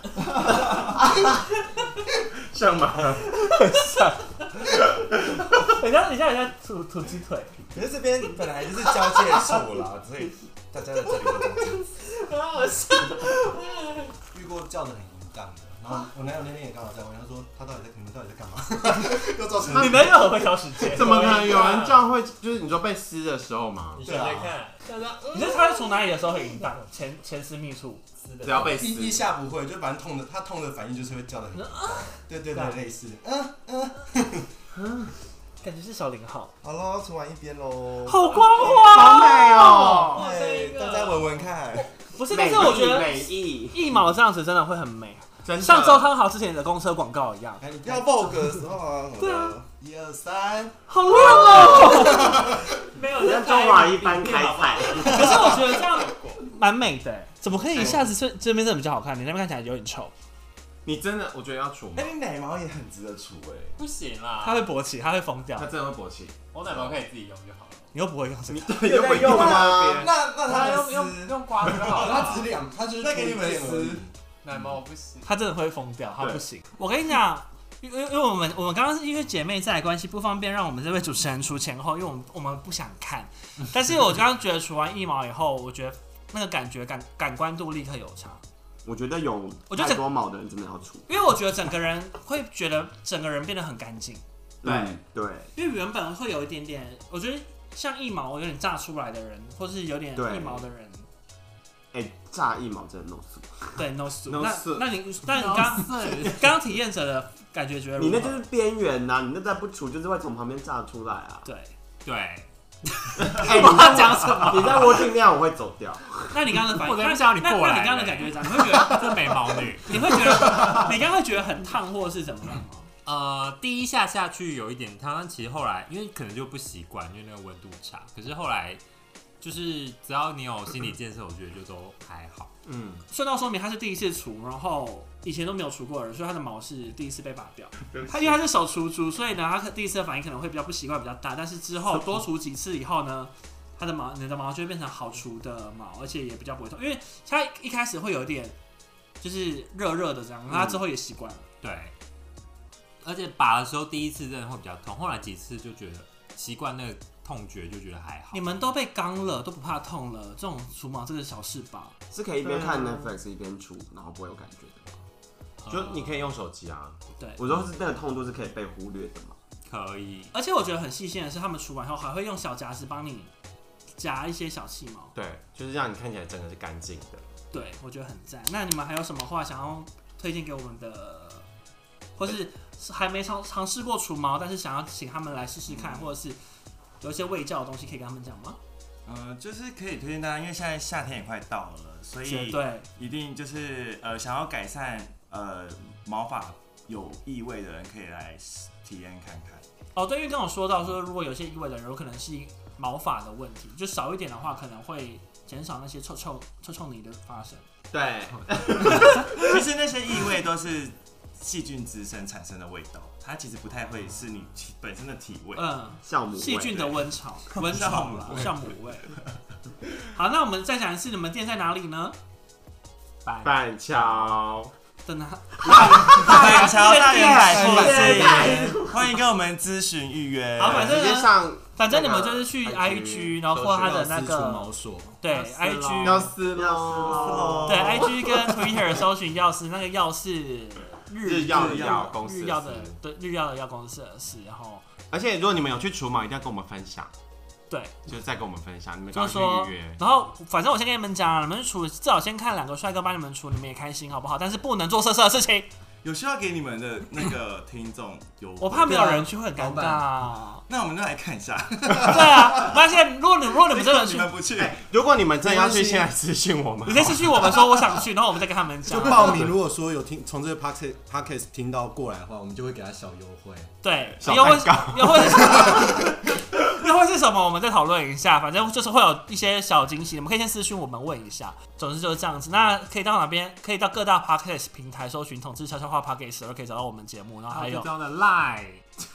Speaker 2: 像吗？
Speaker 1: 人家人家人家土土鸡腿，
Speaker 4: 可是这边本来就是交界处啦，所以大家在这里都这样子。
Speaker 5: 遇过叫的很淫荡的，然后我男友那天也刚好在问，他说他到底在你们到底在干嘛？又造成
Speaker 1: 你们有很会挑时间。
Speaker 6: 怎么可
Speaker 1: 啊
Speaker 6: 能有人这样会？就是你说被撕的时候嘛，
Speaker 8: 你学
Speaker 5: 对啊
Speaker 8: 学看，想说
Speaker 1: 你是他是从哪里的时候很淫荡？前前私密处，
Speaker 8: 撕
Speaker 6: 只
Speaker 8: 的，
Speaker 6: 要被
Speaker 5: 第一
Speaker 6: 撕，
Speaker 5: 下不会，就反正痛的，他痛的反应就是会叫的很淫荡。对对对，类似。嗯嗯，
Speaker 1: 感觉是小零号，
Speaker 4: 好喽，涂完一边喽。
Speaker 1: 好光滑，
Speaker 6: 好美哦！
Speaker 8: 哇这一
Speaker 4: 对，
Speaker 8: 个
Speaker 4: 大家闻闻看。
Speaker 1: 不是，但
Speaker 6: 美
Speaker 1: 是我觉得
Speaker 6: 美
Speaker 7: 咦，
Speaker 1: 一毛这样子真的会很美，
Speaker 6: 真的
Speaker 1: 像周汤豪之前的公车广告一样，
Speaker 5: 哎，你
Speaker 4: 要
Speaker 5: 要
Speaker 4: Vogue 的时候啊，
Speaker 1: 对啊，
Speaker 5: 一二三，
Speaker 1: 好浪哦。
Speaker 8: 没有
Speaker 7: 像中华一般 开
Speaker 8: 菜，
Speaker 7: 菜，
Speaker 1: 可是我觉得这样蛮美的，怎么可以一下子这这边真的比较好看？你那边看起来有点臭，
Speaker 6: 你真的，我觉得要除毛
Speaker 4: 哎、，你奶毛也很值得除哎、
Speaker 2: 不行
Speaker 6: 啊
Speaker 2: 啦，
Speaker 1: 他会勃起，他会疯掉
Speaker 6: 它，真的会勃起。
Speaker 2: 我奶毛可以自己用就好了。
Speaker 1: 你又不会用这个。
Speaker 6: 对，有鬼用 吗？
Speaker 4: 那那
Speaker 2: 他
Speaker 4: 他
Speaker 2: 用
Speaker 4: 们
Speaker 2: 用
Speaker 4: 撕，
Speaker 2: 用刮子就
Speaker 4: 哦
Speaker 2: 好
Speaker 5: 他
Speaker 2: 了
Speaker 5: 只。是两，他就是
Speaker 4: 那给你们
Speaker 5: 推荐而已
Speaker 4: 撕
Speaker 2: 奶毛我不行，
Speaker 1: 他真的会疯掉，他
Speaker 6: 对
Speaker 1: 不行。我跟你讲，因为因为我们我们刚刚是因为姐妹在的关系不方便，让我们这位主持人出前后，因为我们我们不想看。但是我刚刚觉得除完一毛以后，我觉得那个感觉感感官度立刻有差，
Speaker 7: 我觉得有
Speaker 1: 我觉得
Speaker 7: 太
Speaker 1: 这
Speaker 7: 多毛的人真的要除，
Speaker 1: 因为我觉得整个人会觉得整个人变得很干净，
Speaker 6: 对
Speaker 7: 对
Speaker 1: 因为原本会有一点点，我觉得像一毛有点炸出来的人，或是有点
Speaker 7: 对
Speaker 1: 一毛的人，
Speaker 7: 哎，炸一毛真的 no 数，
Speaker 1: 对 no soup。
Speaker 6: No
Speaker 1: 那
Speaker 6: soup
Speaker 1: 那你那你刚刚 刚体验者的感觉觉得如
Speaker 7: 你
Speaker 1: 何？
Speaker 7: 那就是边缘呐，你那再不除就是会从旁边炸出来 啊。
Speaker 1: 对，
Speaker 2: 对，
Speaker 7: 哎，你在讲什么？ 你在窝定量我会走掉，
Speaker 1: 那你刚刚的反应，
Speaker 2: 我才
Speaker 1: 那
Speaker 2: 不想要你
Speaker 1: 那
Speaker 2: 过
Speaker 1: 那
Speaker 2: 来
Speaker 1: 你刚刚的感
Speaker 2: 嘞
Speaker 1: 觉是怎样？你会觉得
Speaker 2: 这美毛女。
Speaker 1: 你会觉得你刚刚会觉得很烫，或者是怎么样吗？
Speaker 2: 呃，第一下下去有一点烫，但其实后来因为可能就不习惯，因为那个温度差。可是后来就是只要你有心理建设，我觉得就都还好。
Speaker 7: 嗯，
Speaker 1: 顺道说明，他是第一次除，然后以前都没有除过的人，所以他的毛是第一次被拔掉。他因为他是手除猪，所以呢，他可第一次的反应可能会比较不习惯，比较大。但是之后多除几次以后呢，他的毛，你的毛就会变成好除的毛，而且也比较不会痛，因为他一开始会有一点就是热热的这样，他之后也习惯了。
Speaker 2: 对，而且拔的时候第一次真的会比较痛，后来几次就觉得习惯那个痛觉，就觉得还好。
Speaker 1: 你们都被刚了，都不怕痛了，这种除毛这个小事吧。
Speaker 7: 是可以一边看 Netflix 一边除，然后不会有感觉的。
Speaker 2: 呃
Speaker 6: 啊就你可以用手机啊，
Speaker 1: 对，
Speaker 7: 我说是那个痛度是可以被忽略的嘛？
Speaker 2: 可以，
Speaker 1: 而且我觉得很细心的是，他们除完后还会用小夹子帮你夹一些小细毛。
Speaker 6: 对，就是让你看起来整个是干净的。
Speaker 1: 对，我觉得很赞。那你们还有什么话想要推荐给我们的，或是是还没尝尝试过除毛，但是想要请他们来试试看，或者是有一些味教的东西可以跟他们讲吗？
Speaker 4: 嗯、就是可以推荐大家，因为现在夏天也快到了，所
Speaker 1: 绝
Speaker 4: 以
Speaker 1: 对，
Speaker 4: 一定就是呃，想要改善呃毛发有异味的人可以来体验看看。
Speaker 1: 哦，对，因为刚刚有说到说，如果有些异味的人，有可能是毛发的问题，就少一点的话，可能会减少那些臭臭臭臭泥的发生。
Speaker 7: 对，
Speaker 4: 其实那些异味都是细菌滋生产生的味道，它其实不太会是你体本身的体味。
Speaker 1: 嗯，
Speaker 7: 酵母味
Speaker 1: 细菌的温床，温床啦，酵母味。好，那我们再讲一次，你们店在哪里呢？
Speaker 2: 板
Speaker 7: 板桥，
Speaker 1: 等啊，
Speaker 4: 板桥大圆百货
Speaker 1: 对
Speaker 4: 是，欢迎跟我们咨询预约。
Speaker 1: 好，反
Speaker 6: 直
Speaker 1: 正
Speaker 6: 接
Speaker 1: 呢，
Speaker 6: 上
Speaker 1: 反正你们就是去
Speaker 6: 那个
Speaker 1: IG，然后或他的那个
Speaker 5: 毛所，
Speaker 1: 对
Speaker 2: 药师咯
Speaker 1: IG，
Speaker 6: 要撕
Speaker 7: 要撕
Speaker 6: 喽，
Speaker 1: 对 IG 跟 Twitter 搜寻药师，那个药是
Speaker 6: 日
Speaker 1: 日
Speaker 6: 药的药公司
Speaker 1: 日药的对日药的药公司的事，然后
Speaker 6: 而且如果你们有去除毛，一定要跟我们分享，
Speaker 1: 对，
Speaker 6: 就是再跟我们分享，你们
Speaker 1: 就
Speaker 6: 赶
Speaker 1: 是
Speaker 6: 快
Speaker 1: 说
Speaker 6: 去预约，。
Speaker 1: 然后反正我先跟你们讲啊，你们处至少先看两个帅哥帮你们处，你们也开心好不好？但是不能做色色的事情，
Speaker 4: 有需要给你们的那个听众有，
Speaker 1: 我怕没有人去会很尴
Speaker 5: 对
Speaker 1: 尬。
Speaker 4: 那我们就来看一下。
Speaker 1: 对啊，那现在如果你如 果你们真的
Speaker 4: 你
Speaker 1: 去，
Speaker 4: 们不去，
Speaker 6: 如果你们真的要
Speaker 5: 没
Speaker 6: 去，
Speaker 5: 关系
Speaker 6: 现在私信我们
Speaker 1: 你。先私讯我们说我想去，然后我们再跟他们
Speaker 5: 就
Speaker 1: 讲。
Speaker 5: 报名。如果说有听从这个 podcast podcast 听到过来的话，我们就会给他小优惠。
Speaker 1: 对，
Speaker 6: 小
Speaker 1: 又会
Speaker 6: 蛋糕
Speaker 1: 又会又会是什么？我们再讨论一下。反正就是会有一些小惊喜，你们可以先私讯我们问一下。总之就是这样子。那可以到哪边？可以到各大 podcast 平台搜寻“统治悄悄话 podcast”，而可以找到我们节目。然后还
Speaker 2: 还有
Speaker 1: 有
Speaker 2: 这样的 lie，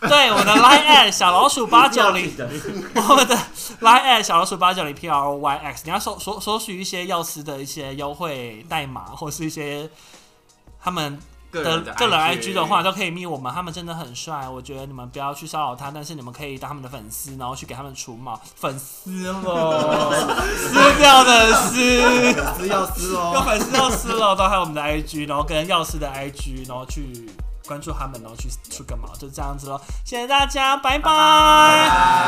Speaker 1: 对我们的 line at 小老鼠八九零， 我们的 line at 小老鼠八九零 p r y x，你要搜搜搜取一些药师的一些优惠代码，或是一些他们
Speaker 6: 个
Speaker 1: 的个人 IG 的话，，都可以密我们。他们真的很帅，我觉得你们不要去骚扰他，但是你们可以当他们的粉丝，然后去给他们除毛。粉丝哦喽，撕掉的 撕，
Speaker 5: 是要撕
Speaker 1: 有
Speaker 5: 哦，
Speaker 1: 粉丝要撕喽，都还有我们的 IG，然后跟药师的 IG，然后去关注他们，然后去除个毛，就这样子喽。谢谢大家，拜拜